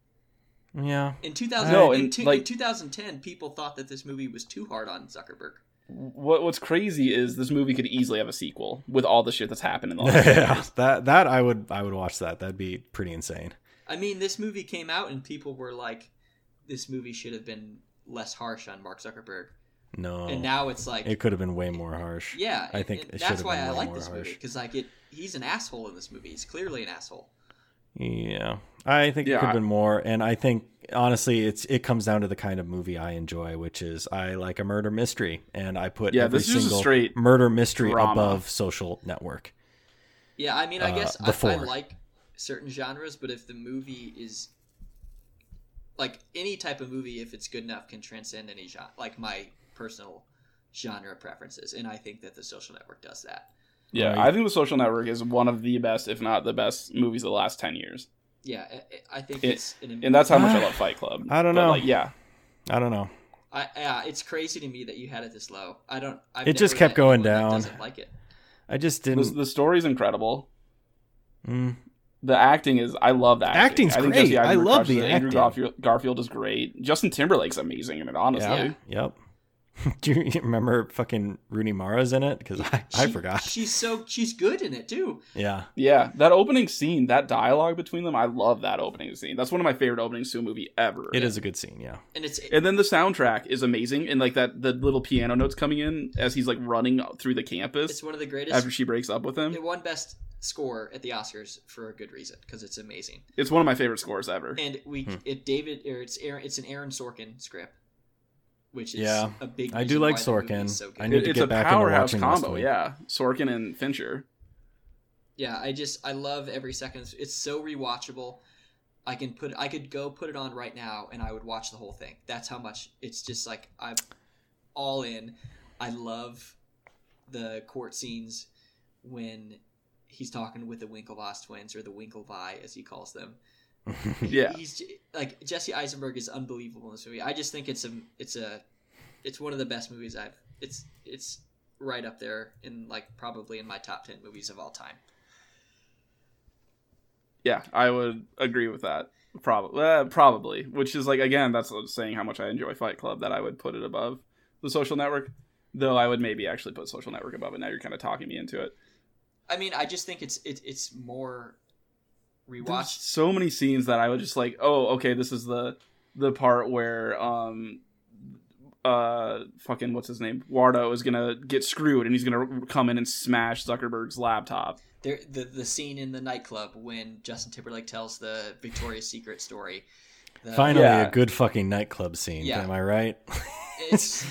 Speaker 1: yeah,
Speaker 2: In 2000,
Speaker 3: No,
Speaker 2: in,
Speaker 3: and,
Speaker 2: two-
Speaker 3: like-
Speaker 2: in 2010, people thought that this movie was too hard on Zuckerberg.
Speaker 3: What what's crazy is this movie could easily have a sequel with all the shit that's happened in the last.
Speaker 1: yeah. That that I would I would watch that. That'd be pretty insane.
Speaker 2: I mean, this movie came out and people were like, "This movie should have been less harsh on Mark Zuckerberg."
Speaker 1: No,
Speaker 2: And now it's like,
Speaker 1: Oh, it could have been way more harsh.
Speaker 2: yeah,
Speaker 1: I
Speaker 2: and-
Speaker 1: think
Speaker 2: and
Speaker 1: it should
Speaker 2: that's
Speaker 1: have
Speaker 2: why
Speaker 1: been
Speaker 2: I
Speaker 1: way
Speaker 2: like
Speaker 1: more
Speaker 2: this movie
Speaker 1: harsh.
Speaker 2: because like it, he's an asshole in this movie. He's clearly an asshole.
Speaker 1: Yeah, I think it
Speaker 3: Yeah,
Speaker 1: could have
Speaker 3: I-
Speaker 1: been more, and I think honestly, it's it comes down to the kind of movie I enjoy, which is I like a murder mystery, and I put
Speaker 3: Yeah,
Speaker 1: every
Speaker 3: this is just a
Speaker 1: single
Speaker 3: straight
Speaker 1: murder mystery
Speaker 3: drama.
Speaker 1: above social network.
Speaker 2: Yeah, I mean, I
Speaker 1: Uh,
Speaker 2: guess I, I
Speaker 1: before.
Speaker 2: like certain genres, but if the movie is like any type of movie, if it's good enough, can transcend any genre, like my personal genre preferences, and I think that the Social Network does that.
Speaker 3: Yeah,
Speaker 1: Right.
Speaker 3: I think The Social Network is one of the best, if not the best, movies of the last ten years,
Speaker 2: Yeah, I- I, I think
Speaker 3: It-
Speaker 2: it's an
Speaker 3: and that's how much I
Speaker 1: Ah.
Speaker 3: love Fight Club.
Speaker 1: I don't
Speaker 3: But,
Speaker 1: know.
Speaker 3: Like, yeah,
Speaker 1: I don't know.
Speaker 2: I, yeah, it's crazy to me that you had it this low. I don't. I've
Speaker 1: It just
Speaker 2: never
Speaker 1: kept
Speaker 2: met
Speaker 1: going
Speaker 2: anyone that
Speaker 1: down.
Speaker 2: doesn't like it.
Speaker 1: I just
Speaker 3: the,
Speaker 1: didn't.
Speaker 3: the story's incredible.
Speaker 1: mm.
Speaker 3: The acting is I love that. Acting.
Speaker 1: Acting's
Speaker 3: I think
Speaker 1: great.
Speaker 3: Jesse Eisenberg
Speaker 1: I love
Speaker 3: crushes
Speaker 1: the
Speaker 3: it. Andrew
Speaker 1: acting.
Speaker 3: Garfield, Garfield is great. Justin Timberlake's amazing in it. Honestly,
Speaker 2: Yeah.
Speaker 1: Yep. Do you remember fucking Rooney Mara's in it? Because I, I
Speaker 2: She-
Speaker 1: forgot.
Speaker 2: She's so she's good in it too.
Speaker 1: Yeah.
Speaker 3: Yeah, that opening scene, that dialogue between them, I love that opening scene. That's one of my favorite openings to a movie ever.
Speaker 1: It is a good scene. Yeah.
Speaker 2: And it's
Speaker 3: And then the soundtrack is amazing, and like that, the little piano notes coming in as he's like running through the
Speaker 2: it's
Speaker 3: campus
Speaker 2: one of the
Speaker 3: after
Speaker 2: greatest.
Speaker 3: she breaks up with him.
Speaker 2: It won best score at the Oscars for a good reason because it's amazing.
Speaker 3: It's one of my favorite scores ever.
Speaker 2: and we
Speaker 1: Hmm.
Speaker 2: it David or it's Aaron it's an Aaron Sorkin script, which is
Speaker 1: Yeah.
Speaker 2: a big.
Speaker 1: I do
Speaker 2: reason
Speaker 1: like
Speaker 2: why the movie
Speaker 1: Sorkin.
Speaker 2: is So good.
Speaker 1: I
Speaker 3: It-
Speaker 1: need to
Speaker 3: it's
Speaker 1: get
Speaker 3: a
Speaker 1: back into
Speaker 3: powerhouse
Speaker 1: watching
Speaker 3: combo.
Speaker 1: Westworld.
Speaker 3: Yeah, Sorkin and Fincher.
Speaker 2: yeah, I just I love every second. It's so rewatchable. I can put I could go put it on right now and I would watch the whole thing. That's how much it's just like I'm all in. I love the court scenes when he's talking with the Winklevoss twins or the Winklevi as he calls them.
Speaker 3: Yeah.
Speaker 2: he's j- like Jesse Eisenberg is unbelievable in this movie. I just think it's a it's a it's one of the best movies I've it's it's right up there in like probably in my top 10 movies of all time.
Speaker 3: Yeah, I would agree with that. Probably, uh, probably. Which is like again, that's saying how much I enjoy Fight Club that I would put it above The Social Network. Though I would maybe actually put Social Network above it. Now you're kind of talking me into it.
Speaker 2: I mean, I just think it's it's it's more
Speaker 3: There's
Speaker 2: rewatched.
Speaker 3: so many scenes that I would just like. Oh, okay, this is the the part where um uh fucking what's his name Wardo is gonna get screwed and he's gonna come in and smash Zuckerberg's laptop.
Speaker 2: There, the the scene in the nightclub when Justin Timberlake tells the Victoria's Secret story. The-
Speaker 1: Finally,
Speaker 3: Yeah.
Speaker 1: a good fucking nightclub scene.
Speaker 2: Yeah.
Speaker 1: Am I right?
Speaker 2: it's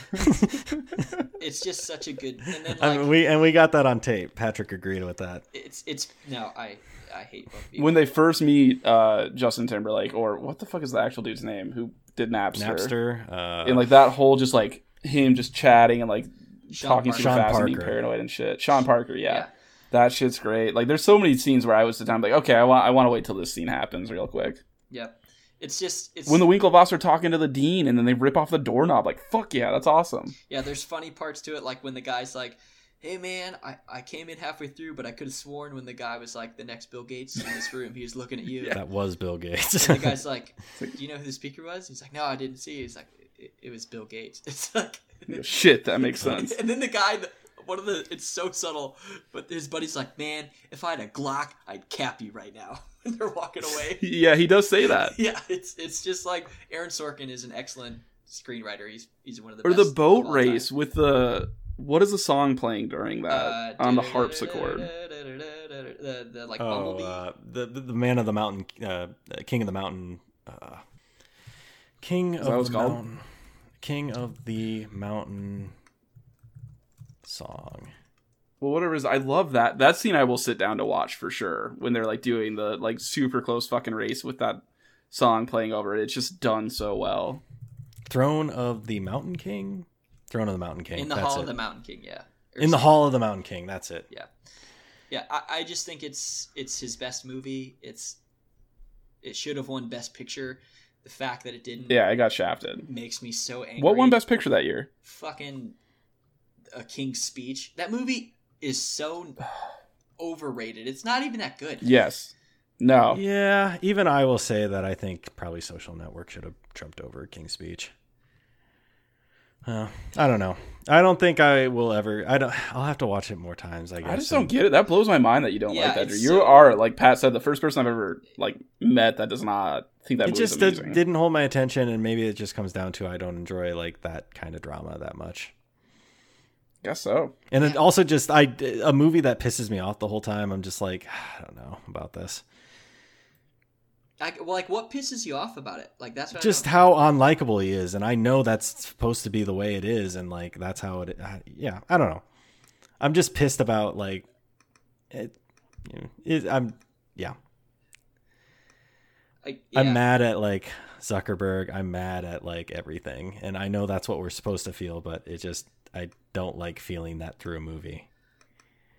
Speaker 2: it's just such a good. And then like
Speaker 1: I mean, we and we got that on tape. Patrick agreed with that.
Speaker 2: it's it's no, I I hate both of you.
Speaker 3: When they first meet uh Justin Timberlake or what the fuck is the actual dude's name who did Napster,
Speaker 1: Napster, uh,
Speaker 3: and like that whole just like him just chatting and like
Speaker 2: Sean
Speaker 3: talking
Speaker 2: Parker.
Speaker 3: too
Speaker 1: Sean
Speaker 3: fast and being
Speaker 1: Parker.
Speaker 3: paranoid and shit. Sean Parker, yeah.
Speaker 2: Yeah.
Speaker 3: That shit's great. Like, there's so many scenes where I was at the time like, okay, I want, I want to wait till this scene happens real quick.
Speaker 2: Yep. It's just it's
Speaker 3: When the Winklevoss are talking to the dean and then they rip off the doorknob, like, fuck yeah, that's awesome.
Speaker 2: yeah. There's funny parts to it, like when the guy's like, "Hey man, I I came in halfway through, but I could have sworn when the guy was like the next Bill Gates in this room, he was looking at you."
Speaker 1: that was Bill Gates.
Speaker 2: And the guy's like, "Do
Speaker 3: like-
Speaker 2: you know who the speaker was?" He's like, "No, I didn't see." He's like, "It, it was Bill Gates." It's like,
Speaker 3: You go, Shit, that makes sense.
Speaker 2: and then the guy, the- one of the, it's so subtle, but his buddy's like, "Man, if I had a Glock, I'd cap you right now." And they're walking away.
Speaker 3: yeah, he does say that.
Speaker 2: yeah, it's it's just like Aaron Sorkin is an excellent screenwriter. He's he's one of the
Speaker 3: Or
Speaker 2: best
Speaker 3: the
Speaker 2: of
Speaker 3: boat
Speaker 2: all time.
Speaker 3: race with the. What is the song playing during that?
Speaker 2: Uh,
Speaker 3: on the harpsichord.
Speaker 2: The, the like
Speaker 1: oh,
Speaker 2: bumblebee.
Speaker 1: uh, the, the the man of the mountain, uh, King of the Mountain, uh, King
Speaker 3: that what
Speaker 1: of
Speaker 3: it's
Speaker 1: the
Speaker 3: called?
Speaker 1: Mountain, King of the Mountain song.
Speaker 3: Well, whatever it is, I love that. That scene I will sit down to watch for sure when they're like doing the like super close fucking race with that song playing over it. It's just done so well.
Speaker 1: Throne of the Mountain King. Throne of the Mountain King.
Speaker 2: in the
Speaker 1: that's
Speaker 2: Hall
Speaker 1: it.
Speaker 2: of the Mountain King. Yeah. Or
Speaker 1: in the
Speaker 2: something.
Speaker 1: Hall of the Mountain King. That's it.
Speaker 2: Yeah, I, I just think it's it's his best movie. It's it should have won Best Picture. The fact that it didn't
Speaker 3: Yeah, I got shafted.
Speaker 2: makes me so angry.
Speaker 3: What won Best Picture that year?
Speaker 2: fucking a King's Speech. That movie is so overrated. It's not even that good.
Speaker 3: Yes. No.
Speaker 1: Yeah, even I will say that I think probably Social Network should have trumped over King's Speech. Uh, I don't know. I don't think I will ever. I don't. I'll have to watch it more times. I guess.
Speaker 3: I just
Speaker 1: and-
Speaker 3: don't get it. That blows my mind that you don't
Speaker 2: Yeah,
Speaker 3: like that.
Speaker 2: it's
Speaker 3: You
Speaker 2: so-
Speaker 3: are, like Pat said, the first person I've ever like met that does not think that
Speaker 1: it
Speaker 3: movie's
Speaker 1: just did,
Speaker 3: amazing.
Speaker 1: didn't hold my attention, and maybe it just comes down to I don't enjoy like that kind of drama that much.
Speaker 3: Guess so.
Speaker 1: And it
Speaker 2: Yeah.
Speaker 1: also just I a movie that pisses me off the whole time. I'm just like I don't know about this.
Speaker 2: I, well, like what pisses you off about it? Like that's what
Speaker 1: just
Speaker 2: I don't-
Speaker 1: how unlikable he is and i know that's supposed to be the way it is and like that's how it I, yeah i don't know i'm just pissed about like it, you know, it i'm
Speaker 2: I, yeah.
Speaker 1: i'm mad at like zuckerberg i'm mad at like everything and i know that's what we're supposed to feel but it just i don't like feeling that through a movie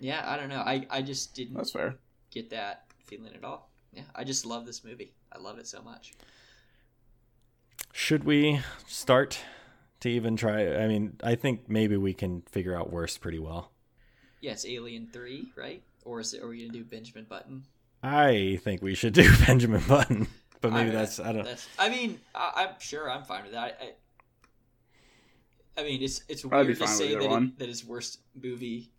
Speaker 2: Yeah, I don't know. I I just didn't
Speaker 3: That's fair.
Speaker 2: get that feeling at all. Yeah, I just love this movie. I love it so much.
Speaker 1: should we start to even try i mean i think maybe we can figure out worst pretty well
Speaker 2: Yeah, it's Alien Three, right? Or is it? Are we gonna do Benjamin Button?
Speaker 1: i think we should do benjamin button but maybe
Speaker 2: I-
Speaker 1: that's i don't
Speaker 2: That's. I mean, I, I'm sure I'm fine with that. I, I, I mean, it's it's
Speaker 3: be
Speaker 2: weird to
Speaker 3: fine with
Speaker 2: say
Speaker 3: either
Speaker 2: that,
Speaker 3: one.
Speaker 2: it, that his worst movie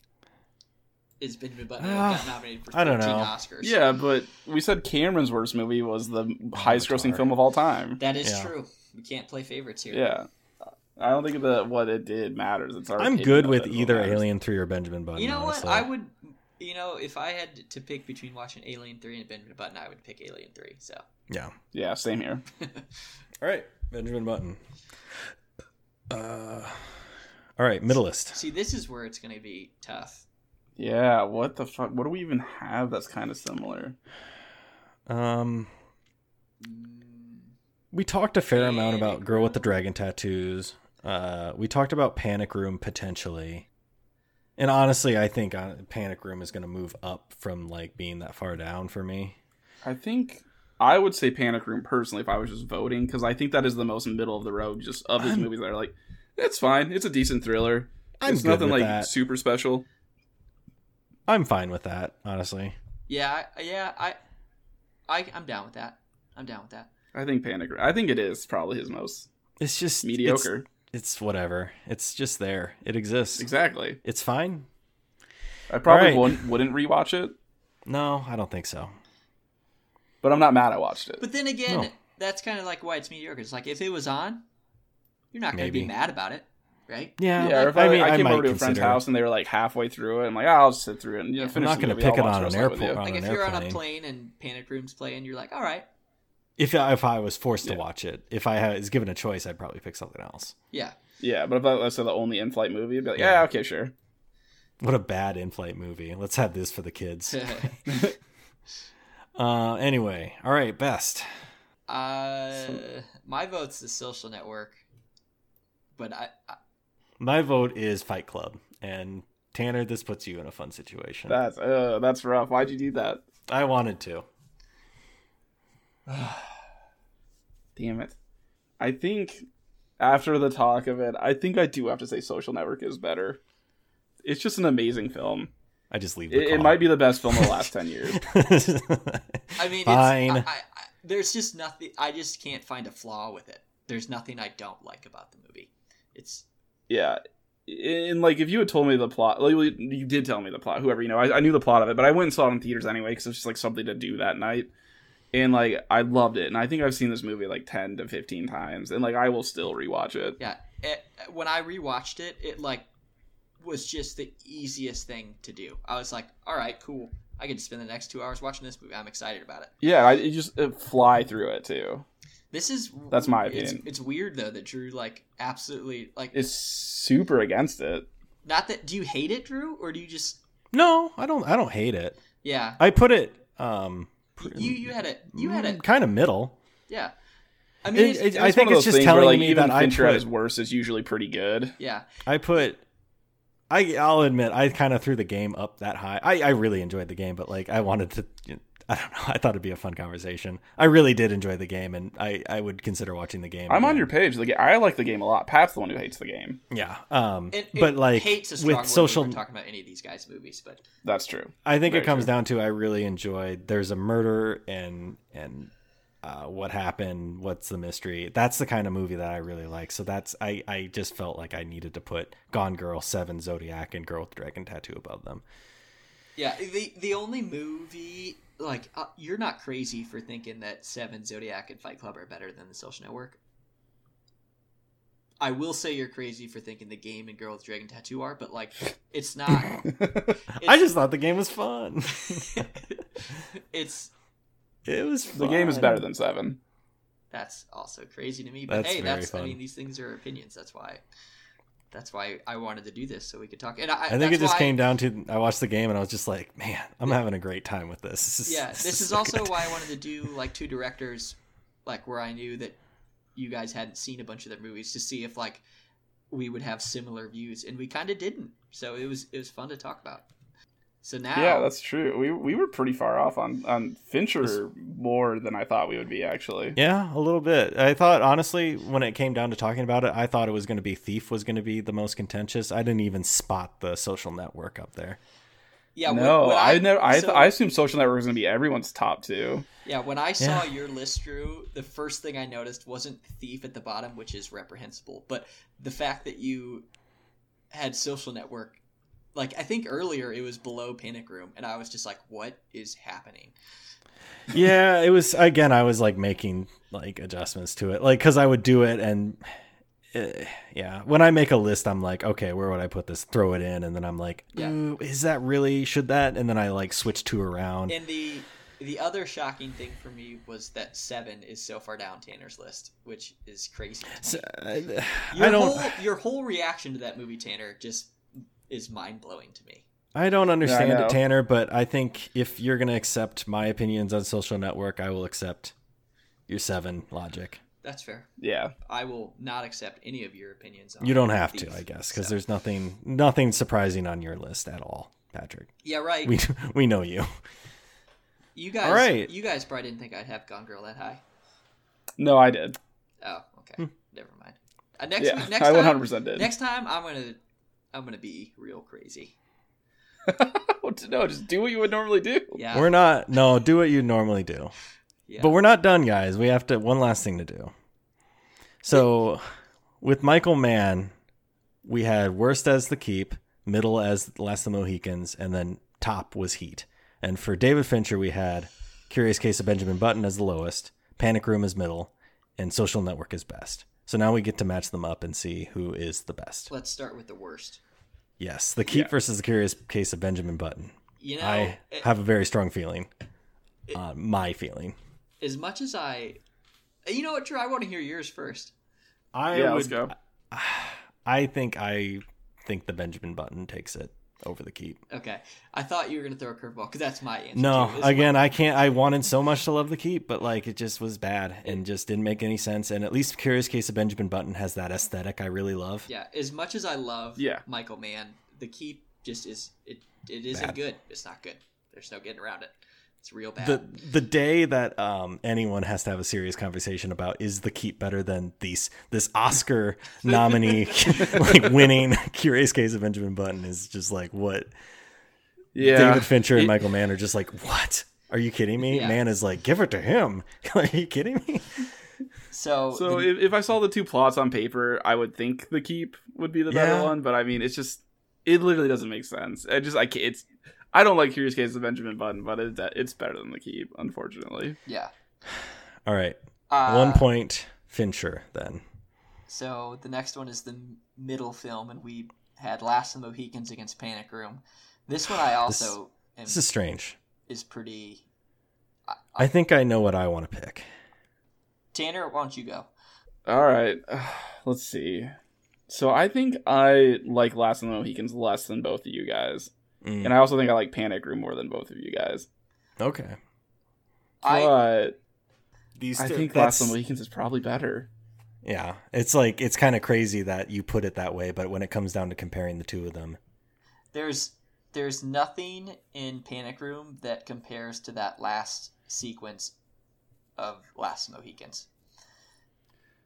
Speaker 2: is Benjamin Button.
Speaker 1: Ah,
Speaker 2: and got nominated for 13
Speaker 1: I don't know.
Speaker 2: Oscars.
Speaker 3: Yeah, but we said Cameron's worst movie was the highest grossing
Speaker 1: Avatar.
Speaker 3: film of all time.
Speaker 2: that is
Speaker 1: Yeah.
Speaker 2: true. We can't play favorites here.
Speaker 3: Yeah. I don't think that what it did matters. It's our
Speaker 1: I'm
Speaker 3: opinion
Speaker 1: good
Speaker 3: of
Speaker 1: with
Speaker 3: it that
Speaker 1: either
Speaker 3: matters.
Speaker 1: Alien 3 or Benjamin Button.
Speaker 2: You know
Speaker 1: honestly.
Speaker 2: what? I would. You know, if I had to pick between watching Alien Three and Benjamin Button, I would pick Alien Three. So
Speaker 1: Yeah.
Speaker 3: Yeah, same here.
Speaker 1: All right. Benjamin Button. Uh, all right. Middle list.
Speaker 2: see, this is where it's going to be tough.
Speaker 3: Yeah, what the fuck? What do we even have that's kind of similar?
Speaker 1: Um,
Speaker 2: Mm,
Speaker 1: we talked a fair amount about
Speaker 2: Panic
Speaker 1: Girl with the
Speaker 2: Room.
Speaker 1: Dragon Tattoos. Uh, we talked about Panic Room potentially. And honestly, I think uh, Panic Room is going to move up from like being that far down for me.
Speaker 3: I think I would say Panic Room personally if I was just voting because I think that is the most middle of the road just of his
Speaker 1: I'm-
Speaker 3: movies that are like, it's fine. It's a decent thriller.
Speaker 1: I'm
Speaker 3: it's
Speaker 1: good
Speaker 3: nothing
Speaker 1: with
Speaker 3: like
Speaker 1: that.
Speaker 3: super special.
Speaker 1: I'm fine with that, honestly.
Speaker 2: Yeah, I- yeah, I, I, I'm down with that. I'm down with that.
Speaker 3: I think Panic Room. I think it is probably his most
Speaker 1: It's just it's-
Speaker 3: mediocre.
Speaker 1: It's, whatever. It's just there. It exists.
Speaker 3: exactly.
Speaker 1: It's fine.
Speaker 3: I probably
Speaker 1: Alright.
Speaker 3: wouldn't, wouldn't rewatch it,
Speaker 1: No, I don't think so.
Speaker 3: but I'm not mad I watched it.
Speaker 2: But then again,
Speaker 1: No.
Speaker 2: that's kind of like why it's mediocre. It's like if it was on, You're not going to be
Speaker 1: Maybe.
Speaker 2: mad about it, right?
Speaker 1: Yeah,
Speaker 3: Yeah, or if I,
Speaker 1: I mean,
Speaker 3: I
Speaker 1: I
Speaker 3: came
Speaker 1: might
Speaker 3: over to a friend's
Speaker 1: consider it.
Speaker 3: house and they were like halfway through it. I'm like, oh, I'll just sit through it and you know,
Speaker 2: I'm
Speaker 1: I'm
Speaker 3: finish.
Speaker 1: not
Speaker 3: going to
Speaker 1: going to pick it on an
Speaker 3: wrestling
Speaker 1: airport
Speaker 3: with you.
Speaker 1: on
Speaker 2: like
Speaker 1: an
Speaker 2: if you're
Speaker 1: airplane.
Speaker 2: on a plane and Panic Room's playing, you're like, all right,
Speaker 1: If I, if I was forced
Speaker 3: Yeah.
Speaker 1: to watch it, if I had, was given a choice, I'd probably pick something else.
Speaker 2: yeah,
Speaker 3: Yeah, but if I, let's say the only in-flight movie, I'd be like,
Speaker 1: Yeah.
Speaker 3: yeah, okay, sure.
Speaker 1: What a bad in-flight movie. Let's have this for the kids. uh, anyway, all right, best.
Speaker 2: Uh, my vote's the social network, but I, I
Speaker 1: My vote is Fight Club, and Tanner, this puts you in a fun situation.
Speaker 3: That's uh, that's rough. Why'd you do that?
Speaker 1: I wanted to.
Speaker 3: Damn it. I think after the talk of it, I think I do have to say Social Network is better. It's just an amazing film.
Speaker 1: I just leave. The
Speaker 3: It, it might be the best film of the last 10 years.
Speaker 2: I mean,
Speaker 1: Fine.
Speaker 2: It's, I, I, I, there's just nothing. I just can't find a flaw with it. There's nothing I don't like about the movie. It's
Speaker 3: Yeah. And like, if you had told me the plot, like, well, you did tell me the plot, whoever, you know, I, I knew the plot of it, but I went and saw it in theaters anyway because it was just like something to do that night. And like, I loved it. And I think I've seen this movie like 10 to 15 times. And like, I will still rewatch it.
Speaker 2: yeah. It, when I rewatched it, it like was just the easiest thing to do. I was like, all right, cool. I can spend the next two hours watching this movie. I'm excited about it.
Speaker 3: Yeah. I it just uh fly through it too.
Speaker 2: This is
Speaker 3: That's my
Speaker 2: it's-
Speaker 3: opinion.
Speaker 2: It's, weird though that Drew like absolutely like
Speaker 3: It's super against it.
Speaker 2: not that. Do you hate it, Drew, or do you just
Speaker 1: no, I don't. I don't hate it.
Speaker 2: yeah?
Speaker 1: I put it. Um,
Speaker 2: You you had it. You had it.
Speaker 1: kind of middle.
Speaker 2: Yeah. I mean,
Speaker 1: It-
Speaker 2: it's-
Speaker 1: it- I
Speaker 3: one
Speaker 1: think
Speaker 3: of
Speaker 1: it's
Speaker 3: those
Speaker 1: just
Speaker 3: things where,
Speaker 1: telling
Speaker 3: like,
Speaker 1: me
Speaker 3: even
Speaker 1: that I
Speaker 3: Fincher at
Speaker 1: put-
Speaker 3: his worst is usually pretty good.
Speaker 2: yeah,
Speaker 1: I put. I I'll admit I kind of threw the game up that high. I I really enjoyed the game, but like I wanted to. I don't know. I thought it'd be a fun conversation. I really did enjoy the game, and I I would consider watching the game.
Speaker 3: I'm on
Speaker 1: again.
Speaker 3: your page. Like, I like the game a lot. Pat's the one who hates the game.
Speaker 1: yeah. Um,
Speaker 2: and,
Speaker 1: but like
Speaker 2: hates a strong
Speaker 1: with social,
Speaker 2: talking about any of these guys' movies, but
Speaker 3: That's true.
Speaker 1: I think it
Speaker 3: Very
Speaker 1: comes
Speaker 3: true.
Speaker 1: down to I really enjoyed. There's a murder and and uh, what happened? What's the mystery? That's the kind of movie that I really like. So that's I I just felt like I needed to put Gone Girl, Seven, Zodiac, and Girl with Dragon Tattoo above them.
Speaker 2: yeah, the the only movie like uh, you're not crazy for thinking that Seven, Zodiac, and Fight Club are better than The Social Network. I will say you're crazy for thinking the game and Girl with Dragon Tattoo are, but like it's not.
Speaker 1: I
Speaker 2: it's-
Speaker 1: just thought the game was fun.
Speaker 2: it's
Speaker 1: it was. Fun.
Speaker 3: the game is better than Seven.
Speaker 2: that's also crazy to me. But
Speaker 1: That's
Speaker 2: hey,
Speaker 1: very
Speaker 2: that's I
Speaker 1: fun.
Speaker 2: mean these things are opinions. That's why. That's why I wanted to do this so we could talk. And I,
Speaker 1: I think it
Speaker 2: that's
Speaker 1: just
Speaker 2: why-
Speaker 1: came down to I watched the game and I was just like, man, I'm having a great time with this. this is,
Speaker 2: yeah this is
Speaker 1: so
Speaker 2: also
Speaker 1: good."
Speaker 2: why i wanted to do like two directors like where i knew that you guys hadn't seen a bunch of their movies to see if like we would have similar views and we kind of didn't so it was it was fun to talk about so now
Speaker 3: Yeah, that's true. We we were pretty far off on on Fincher more than I thought we would be actually.
Speaker 1: Yeah, a little bit. I thought honestly, when it came down to talking about it, I thought it was going to be Thief was going to be the most contentious. I didn't even spot the Social Network up there.
Speaker 2: yeah when-
Speaker 3: no,
Speaker 2: when
Speaker 3: I, never. I,
Speaker 2: so-
Speaker 3: I assumed Social Network was going to be everyone's top two.
Speaker 2: yeah when i saw your list drew the first thing i noticed wasn't thief at the bottom which is reprehensible but the fact that you had social network like i think earlier it was below panic room and i was just like what is happening
Speaker 1: yeah, it was again. I was like making like adjustments to it, like because I would do it and. eh, yeah, when I make a list, I'm like, okay, where would I put this? Throw it in, and then I'm like,
Speaker 2: Yeah.
Speaker 1: "Ooh, is that really? Should that? And then I like switch two around.
Speaker 2: And the the other shocking thing for me was that seven is so far down Tanner's list, which is crazy.
Speaker 1: So, I-
Speaker 2: Your
Speaker 1: I don't,
Speaker 2: whole your whole reaction to that movie, Tanner, just is mind blowing to me.
Speaker 1: I don't understand
Speaker 3: know.
Speaker 1: it, Tanner. But I think if you're gonna accept my opinions on social network, I will accept your seven logic.
Speaker 2: That's fair.
Speaker 3: Yeah,
Speaker 2: I will not accept any of your opinions. On
Speaker 1: You don't have to,
Speaker 2: Thief.
Speaker 1: I guess, because
Speaker 2: So-
Speaker 1: there's nothing nothing surprising on your list at all, Patrick.
Speaker 2: yeah, right.
Speaker 1: We we know you.
Speaker 2: you guys,
Speaker 1: All right.
Speaker 2: you guys probably didn't think I'd have Gone Girl that high.
Speaker 3: no, I did.
Speaker 2: Oh, okay,
Speaker 1: Hmm.
Speaker 2: never mind. Uh, next
Speaker 3: yeah,
Speaker 2: week, next
Speaker 3: I
Speaker 2: time,
Speaker 3: 100 percent did.
Speaker 2: next time I'm gonna I'm gonna be real crazy.
Speaker 3: no, just do what you would normally do.
Speaker 2: Yeah,
Speaker 1: We're not. No, do what you normally do.
Speaker 2: yeah.
Speaker 1: But we're not done, guys. We have to one last thing to do. So, with Michael Mann, we had worst as the keep, middle as Last of the Mohicans, and then top was Heat. And for David Fincher, we had Curious Case of Benjamin Button as the lowest, Panic Room as middle, and Social Network as best. So now we get to match them up and see who is the best.
Speaker 2: Let's start with the worst.
Speaker 1: Yes, the Keep
Speaker 3: Yeah.
Speaker 1: versus the Curious Case of Benjamin Button.
Speaker 2: You know,
Speaker 1: I
Speaker 2: it-
Speaker 1: have a very strong feeling. Uh, my feeling.
Speaker 2: as much as I, you know what, Drew? I want to hear yours first.
Speaker 1: I
Speaker 3: yeah, let's go.
Speaker 1: I think I think the Benjamin Button takes it over the Keep.
Speaker 2: Okay, I thought you were gonna throw a curveball because that's my answer.
Speaker 1: No,
Speaker 2: too. It's
Speaker 1: again, I can't. I wanted so much to love the keep, but like it just was bad and just didn't make any sense. And at least Curious Case of Benjamin Button has that aesthetic I really love.
Speaker 2: Yeah, as much as I love
Speaker 3: Yeah.
Speaker 2: Michael Mann, the keep just is it it isn't
Speaker 1: Bad.
Speaker 2: good. It's not good. There's no getting around it. It's real bad.
Speaker 1: The the day that um, anyone has to have a serious conversation about is the keep better than these this Oscar nominee like winning Curious Case of Benjamin Button is just like what
Speaker 3: Yeah,
Speaker 1: David Fincher and
Speaker 3: It-
Speaker 1: Michael Mann are just like what are you kidding me?
Speaker 2: Yeah.
Speaker 1: Mann is like give it to him. are you kidding me?
Speaker 2: so
Speaker 3: So
Speaker 2: the-
Speaker 3: if, if I saw the two plots on paper, I would think the keep would be the better
Speaker 1: Yeah.
Speaker 3: one. But I mean, it's just it literally doesn't make sense. I just I can't, it's I don't like Curious Case of Benjamin Button, but it's it's better than the keep, unfortunately.
Speaker 2: yeah,
Speaker 1: All right,
Speaker 2: uh,
Speaker 1: one point Fincher then.
Speaker 2: So the next one is the middle film, and we had Last of the Mohicans against Panic Room. This one I also am,
Speaker 1: This is strange.
Speaker 2: is pretty.
Speaker 1: I think I know what I want to pick.
Speaker 2: Tanner, why don't you go?
Speaker 3: All right, let's see. So I think I like Last of the Mohicans less than both of you guys,
Speaker 1: Mm,
Speaker 3: and I also think I like Panic Room more than both of you guys.
Speaker 1: okay.
Speaker 2: I
Speaker 3: But
Speaker 1: These
Speaker 3: I think Last of the Mohicans is probably better.
Speaker 1: yeah, it's like it's kind of crazy that you put it that way, but when it comes down to comparing the two of them,
Speaker 2: there's there's nothing in Panic Room that compares to that last sequence of Last of the Mohicans.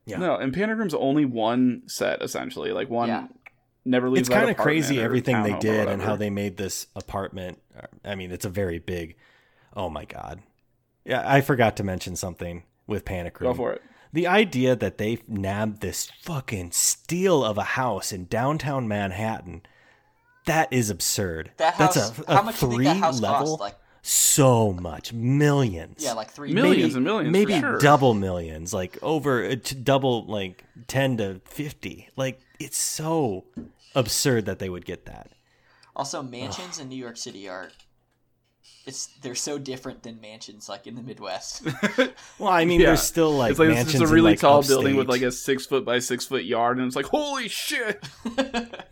Speaker 1: Yeah.
Speaker 3: No, and Panic Room's only one set essentially, like one
Speaker 2: Yeah.
Speaker 3: never leaves.
Speaker 1: it's
Speaker 3: kind
Speaker 1: kind of crazy everything they did and how they made this apartment. uh, I mean, it's a very big. Oh my god! Yeah, I forgot to mention something with Panic Room.
Speaker 3: go for it.
Speaker 1: The idea that they nabbed this fucking steal of a house in downtown Manhattan. That is absurd.
Speaker 2: That house,
Speaker 1: That's a, a
Speaker 2: how much do you
Speaker 1: three
Speaker 2: think that house
Speaker 1: level.
Speaker 2: cost? Like,
Speaker 1: so much millions
Speaker 2: yeah, like three
Speaker 3: Millions
Speaker 2: million.
Speaker 3: and millions,
Speaker 1: maybe
Speaker 3: for sure.
Speaker 1: double millions like over uh, t- double like 10 to 50 like it's so absurd that they would get that
Speaker 2: Also, mansions in New York City are it's they're so different than mansions like in the Midwest.
Speaker 1: well i mean
Speaker 3: Yeah.
Speaker 1: there's still like
Speaker 3: it's like it's
Speaker 1: mansions
Speaker 3: just a
Speaker 1: in,
Speaker 3: really
Speaker 1: like,
Speaker 3: tall
Speaker 1: upstate.
Speaker 3: building with like a six foot by six foot yard, and it's like holy shit.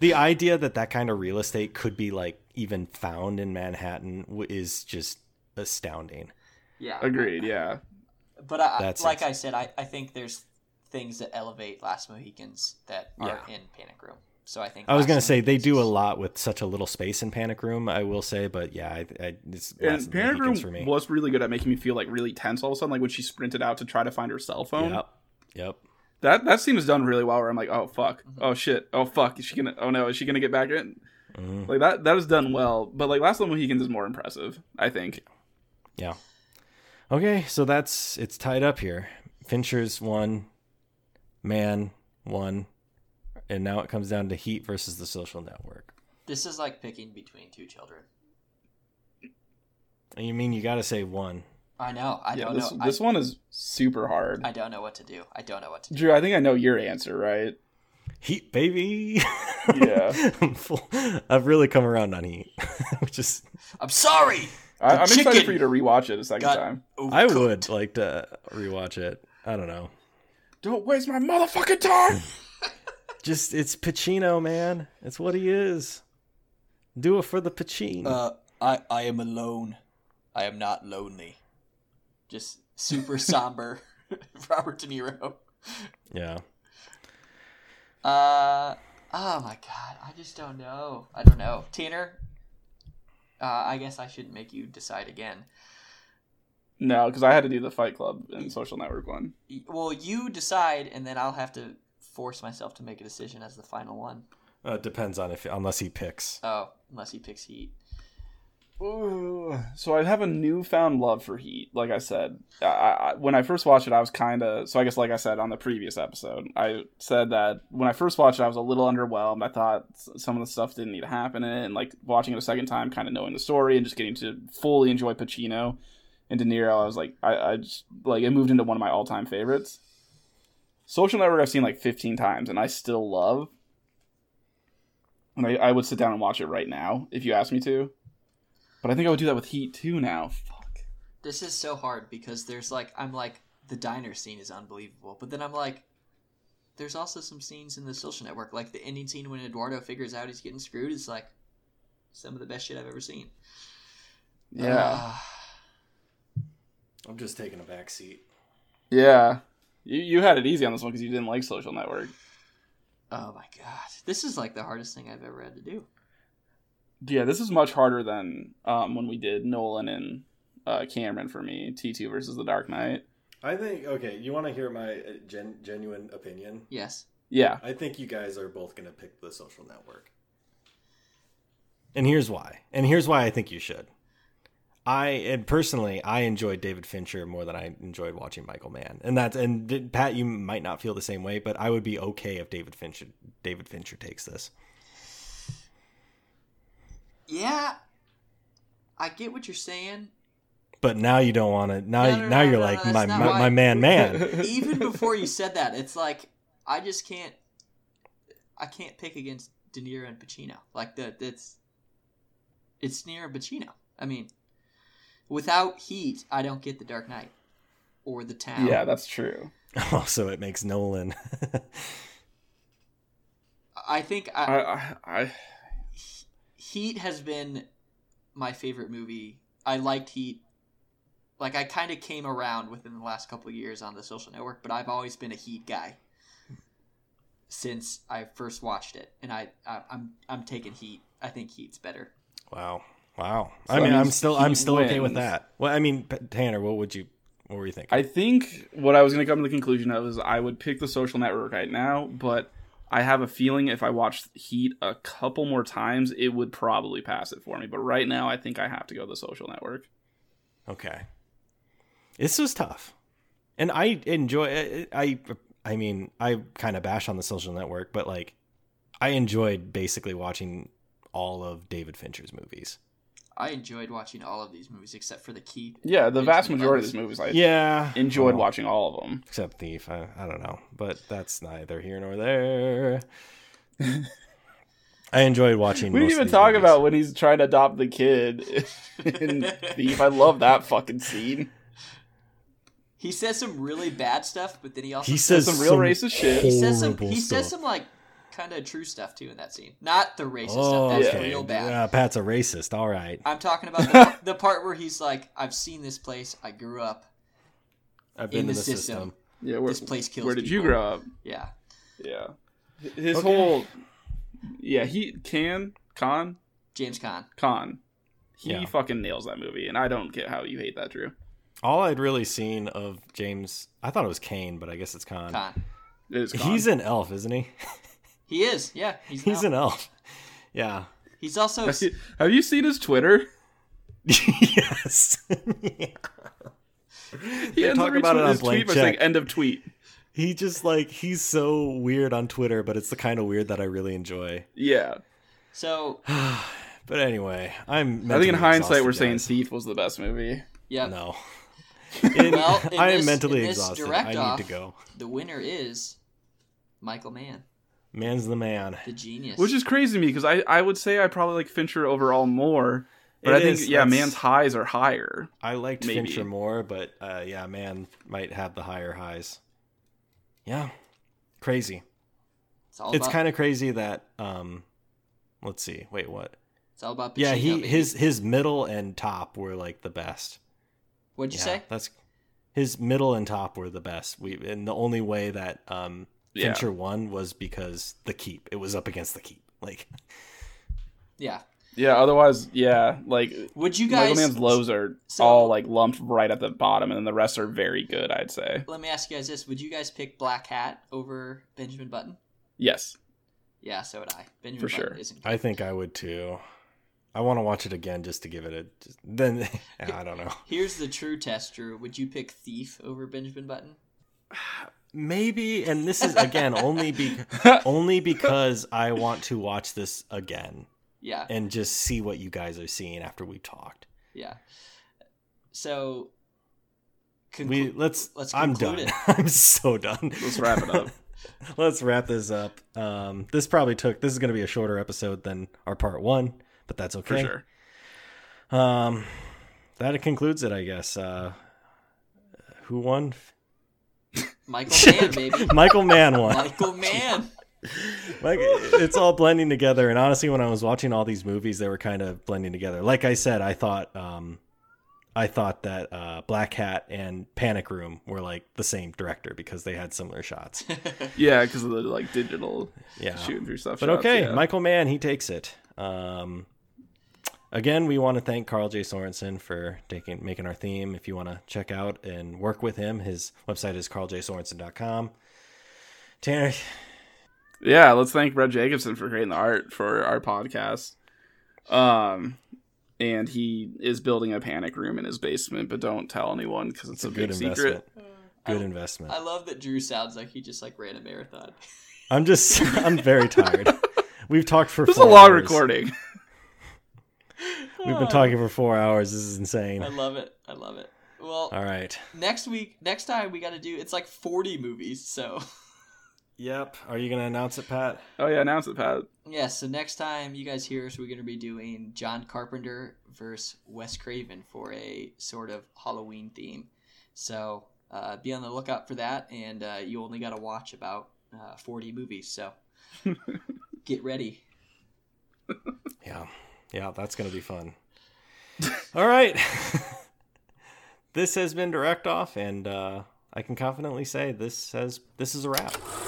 Speaker 1: the idea that that kind of real estate could be like even found in manhattan w- is just astounding
Speaker 2: yeah,
Speaker 3: Agreed. Yeah.
Speaker 2: But I,
Speaker 1: That's
Speaker 2: like
Speaker 1: it.
Speaker 2: I said, I, I think there's things that elevate Last Mohicans that are in Panic Room. So I think
Speaker 1: i was
Speaker 2: Last
Speaker 1: going to say they
Speaker 2: Mohicans
Speaker 1: do a
Speaker 2: is-
Speaker 1: lot with such a little space in panic room i will say but yeah i, I it's Last of
Speaker 3: And
Speaker 1: the
Speaker 3: Panic
Speaker 1: Mohicans for
Speaker 3: Room
Speaker 1: me
Speaker 3: was really good at making me feel like really tense all of a sudden, like when she sprinted out to try to find her cell phone.
Speaker 1: yep yep
Speaker 3: That that scene was done really well. Where I'm like, oh fuck,
Speaker 2: Mm-hmm.
Speaker 3: oh shit, oh fuck, is she gonna? Oh no, is she gonna get back in?
Speaker 1: Mhm.
Speaker 3: Like that that was done well. But like Last of the Mohicans is more impressive, I think.
Speaker 1: Yeah. Okay, so that's it's tied up here. Fincher's one, man one, and now it comes down to Heat versus The Social Network.
Speaker 2: This is like picking between two children.
Speaker 1: And you mean you got to say one?
Speaker 2: I know. I
Speaker 3: yeah,
Speaker 2: don't
Speaker 3: this,
Speaker 2: know.
Speaker 3: this one is super hard.
Speaker 2: I, I don't know what to do. I don't know what to do.
Speaker 3: Drew, I think I know your answer, right?
Speaker 1: Heat, baby.
Speaker 3: Yeah.
Speaker 1: I'm full. I've really come around on Heat, which is
Speaker 2: I'm sorry.
Speaker 3: I,
Speaker 2: The
Speaker 3: I'm excited
Speaker 2: chicken
Speaker 3: for you to rewatch it a second
Speaker 2: got
Speaker 3: time.
Speaker 1: I
Speaker 2: overcooked.
Speaker 1: would like to rewatch it. I don't know.
Speaker 3: Don't waste my motherfucking time.
Speaker 1: Just it's Pacino, man. It's what he is. Do it for the Pacino.
Speaker 2: Uh, I I am alone. I am not lonely. Just super somber. Robert De Niro.
Speaker 1: yeah.
Speaker 2: Uh, oh my god, I just don't know. I don't know. Tanner, uh, I guess I shouldn't make you decide again.
Speaker 3: no, because I had to do the Fight Club and Social Network one.
Speaker 2: Y- Well, you decide, and then I'll have to force myself to make a decision as the final one.
Speaker 1: Uh, depends on if unless he picks.
Speaker 2: Oh, unless he picks Heat.
Speaker 3: Ooh. So I have a newfound love for Heat. Like I said, I, I, when I first watched it, I was kind of. So I guess, like I said on the previous episode, I said that when I first watched it, I was a little underwhelmed. I thought s- some of the stuff didn't need to happen in it, and like watching it a second time, kind of knowing the story and just getting to fully enjoy Pacino and De Niro, I was like, I, I just like it moved into one of my all-time favorites. Social Network I've seen like 15 times and I still love. And I, I would sit down and watch it right now if you asked me to. But I think I would do that with Heat too now. Fuck.
Speaker 2: This is so hard because there's like I'm like the diner scene is unbelievable, but then I'm like, there's also some scenes in the Social Network, like the ending scene when Eduardo figures out he's getting screwed. Is like some of the best shit I've ever seen.
Speaker 3: Yeah.
Speaker 1: I'm just taking a back seat.
Speaker 3: Yeah. You, you had it easy on this one because you didn't like Social Network.
Speaker 2: oh my god, this is like the hardest thing I've ever had to do.
Speaker 3: Yeah, this is much harder than um, when we did Nolan and uh, Cameron for me. T2 versus The Dark Knight.
Speaker 1: I think okay. You want to hear my uh, gen- genuine opinion?
Speaker 2: Yes.
Speaker 3: Yeah.
Speaker 1: I think you guys are both going to pick the social network. And here's why. And here's why I think you should. I and personally, I enjoyed David Fincher more than I enjoyed watching Michael Mann. And that's and did- Pat, you might not feel the same way, but I would be okay if David Fincher David Fincher takes this.
Speaker 2: Yeah. I get what you're saying.
Speaker 1: But now you don't want to. Now,
Speaker 2: No, no,
Speaker 1: now
Speaker 2: no,
Speaker 1: you're
Speaker 2: no,
Speaker 1: like
Speaker 2: no,
Speaker 1: my,
Speaker 2: that's not
Speaker 1: my
Speaker 2: why-
Speaker 1: my man, man.
Speaker 2: Even before you said that, it's like I just can't. I can't pick against De Niro and Pacino. Like that. That's. It's De Niro and Pacino. I mean, without Heat, I don't get The Dark Knight, or The Town.
Speaker 3: Yeah, that's true.
Speaker 1: also, it makes Nolan.
Speaker 2: I think I,
Speaker 3: I, I, I
Speaker 2: Heat has been my favorite movie. I liked Heat. Like I kind of came around within the last couple of years on the Social Network, but I've always been a Heat guy since I first watched it, and I, I I'm I'm taking Heat. I think Heat's better.
Speaker 1: wow, wow.
Speaker 3: So
Speaker 1: I
Speaker 3: that
Speaker 1: mean, I'm
Speaker 3: means
Speaker 1: still I'm
Speaker 3: he
Speaker 1: still okay with
Speaker 3: wins.
Speaker 1: that. Well, I mean, P- Tanner, what would you? What were you thinking?
Speaker 3: I think what I was going to come to the conclusion of is I would pick the social network right now, but I have a feeling if I watched Heat a couple more times, it would probably pass it for me. But right now, I think I have to go the social network.
Speaker 1: Okay. This was tough. And I enjoy I I mean, I kind of bash on the social network, but like I enjoyed basically watching all of David Fincher's movies.
Speaker 2: I enjoyed watching all of these movies except for the Heat.
Speaker 3: Yeah, the
Speaker 2: Makes
Speaker 3: vast
Speaker 2: me
Speaker 3: majority of
Speaker 2: nervous.
Speaker 3: these movies Oh. I
Speaker 1: yeah.
Speaker 3: enjoyed
Speaker 1: Well,
Speaker 3: watching all of them.
Speaker 1: Except Thief. I, I don't know. But that's neither here nor there. I enjoyed watching.
Speaker 3: We didn't
Speaker 1: most of
Speaker 3: even
Speaker 1: these
Speaker 3: talk
Speaker 1: movies.
Speaker 3: about when he's trying to adopt the kid in Thief. I love that fucking scene.
Speaker 2: He says some really bad stuff, but then he also
Speaker 1: He
Speaker 2: says,
Speaker 1: says
Speaker 3: some real racist shit.
Speaker 2: he says some
Speaker 1: horrible
Speaker 2: he says
Speaker 1: stuff.
Speaker 2: some like kind of true stuff too in that scene. Not the racist
Speaker 1: Oh,
Speaker 2: stuff. That's
Speaker 1: okay.
Speaker 2: real bad.
Speaker 1: Yeah, Pat's a racist. All right.
Speaker 2: I'm talking about the, the part where he's like, "I've seen this place. I grew up.
Speaker 1: I've
Speaker 2: in the system.
Speaker 3: Yeah, where,
Speaker 2: this place kills."
Speaker 3: where did you
Speaker 2: people.
Speaker 3: grow up?
Speaker 2: Yeah,
Speaker 3: Yeah, his
Speaker 1: Okay.
Speaker 3: whole yeah he can con
Speaker 2: James Caan.
Speaker 3: Khan. He
Speaker 1: Yeah.
Speaker 3: fucking nails that movie, and I don't get how you hate that, Drew.
Speaker 1: All I'd really seen of James, I thought it was Kane, but I guess it's
Speaker 2: Caan.
Speaker 3: It is Khan.
Speaker 1: He's an elf, isn't he?
Speaker 2: He is. Yeah, he's
Speaker 1: He's
Speaker 2: now-
Speaker 1: an elf. Yeah.
Speaker 2: He's also.
Speaker 3: Have you- Have you seen his Twitter?
Speaker 1: yes.
Speaker 3: He
Speaker 1: They
Speaker 3: ends
Speaker 1: talk
Speaker 3: every
Speaker 1: about
Speaker 3: tw-
Speaker 1: it on
Speaker 3: his
Speaker 1: Blank
Speaker 3: tweet by saying,
Speaker 1: Check.
Speaker 3: end of tweet.
Speaker 1: He just like he's so weird on Twitter, but it's the kind of weird that I really enjoy.
Speaker 3: Yeah,
Speaker 2: So
Speaker 1: but anyway, I'm.
Speaker 3: I think in
Speaker 1: mentally
Speaker 3: hindsight,
Speaker 1: exhausted,
Speaker 3: we're saying
Speaker 1: guys.
Speaker 3: Thief was the best movie.
Speaker 2: yeah,
Speaker 1: no. In-
Speaker 2: Well, in
Speaker 1: I am
Speaker 2: this-
Speaker 1: mentally
Speaker 2: in this
Speaker 1: exhausted.
Speaker 2: direct
Speaker 1: I need
Speaker 2: off-
Speaker 1: to go.
Speaker 2: the winner is Michael Mann,
Speaker 1: Man's the man.
Speaker 2: the genius.
Speaker 3: Which is crazy to me because I, I would say I probably like Fincher overall more, but
Speaker 1: It
Speaker 3: I think
Speaker 1: is,
Speaker 3: yeah,
Speaker 1: that's-
Speaker 3: man's highs are higher.
Speaker 1: I liked
Speaker 3: Maybe.
Speaker 1: Fincher more, but uh, yeah, man might have the higher highs. Yeah, crazy.
Speaker 2: it's all
Speaker 1: it's
Speaker 2: about,
Speaker 1: kind of crazy that. um Let's see. Wait, what?
Speaker 2: It's all about. Pacino,
Speaker 1: Yeah, he
Speaker 2: baby.
Speaker 1: his his middle and top were like the best.
Speaker 2: What'd you
Speaker 1: yeah,
Speaker 2: say?
Speaker 1: That's his middle and top were the best. We and the only way that um
Speaker 3: Yeah.
Speaker 1: Fincher won was because the keep. It was up against the keep. Like
Speaker 2: Yeah.
Speaker 3: Yeah, otherise yeah, like
Speaker 2: Would you
Speaker 3: Michael
Speaker 2: guys?
Speaker 3: Mann's lows are
Speaker 2: so-
Speaker 3: all like lumped right at the bottom, and then the rest are very good. I'd say
Speaker 2: Let me ask you guys this: Would you guys pick Black Hat over Benjamin Button?
Speaker 3: yes.
Speaker 2: Yeah, so would I. Benjamin
Speaker 3: For
Speaker 2: Button
Speaker 3: sure.
Speaker 2: isn't. Good.
Speaker 1: I think I would too. I want to watch it again just to give it a just- then I don't know.
Speaker 2: Here's the true test, Drew. Would you pick Thief over Benjamin Button?
Speaker 1: Maybe and this is again only be only because I want to watch this again
Speaker 2: Yeah,
Speaker 1: and just see what you guys are seeing after we talked.
Speaker 2: yeah. So, Conclu-
Speaker 1: we let's.
Speaker 2: let's
Speaker 1: I'm done.
Speaker 2: conclude it.
Speaker 1: I'm so done.
Speaker 3: Let's wrap it up.
Speaker 1: Let's wrap this up. Um, this probably took. This is going to be a shorter episode than our part one, but that's
Speaker 3: for
Speaker 1: okay.
Speaker 3: sure.
Speaker 1: Um, that concludes it, I guess. Uh, who won?
Speaker 2: Michael Mann, baby.
Speaker 1: Michael Mann won.
Speaker 2: Michael Mann.
Speaker 1: like it's all blending together and honestly when i was watching all these movies they were kind of blending together like i said i thought um i thought that uh black hat and panic room were like the same director because they had similar shots
Speaker 3: Yeah, because of the like digital
Speaker 1: yeah
Speaker 3: shooting through stuff.
Speaker 1: but
Speaker 3: shots,
Speaker 1: okay
Speaker 3: yeah.
Speaker 1: michael mann he takes it um Again, we want to thank Carl J. Sorensen for taking making our theme. If you want to check out and work with him, his website is carljsorensen.com. Tanner,
Speaker 3: Yeah, let's thank Brett Jacobson for creating the art for our podcast. Um, and he is building a panic room in his basement, but don't tell anyone because
Speaker 1: it's
Speaker 3: it's,
Speaker 1: a
Speaker 3: a,
Speaker 1: good
Speaker 3: big
Speaker 1: investment.
Speaker 3: secret.
Speaker 1: Good
Speaker 2: I-
Speaker 1: investment.
Speaker 2: I love that Drew sounds like he just like ran a marathon.
Speaker 1: I'm just I'm very tired. We've talked for
Speaker 3: This is a
Speaker 1: four
Speaker 3: long
Speaker 1: hours.
Speaker 3: recording.
Speaker 1: We've been talking for four hours. This is insane.
Speaker 2: I love it. I love it. Well,
Speaker 1: All right.
Speaker 2: next week, next time we got to do it's like 40 movies. So
Speaker 1: Yep. Are you gonna announce it, Pat?
Speaker 3: Oh yeah, announce it, Pat.
Speaker 2: yeah, so next time you guys hear us, we're gonna be doing John Carpenter versus Wes Craven for a sort of Halloween theme. So uh, be on the lookout for that, and uh, you only got to watch about uh, 40 movies. So get ready.
Speaker 1: Yeah. Yeah. That's gonna be fun. All right. this has been direct off, and uh, I can confidently say this has this is a wrap.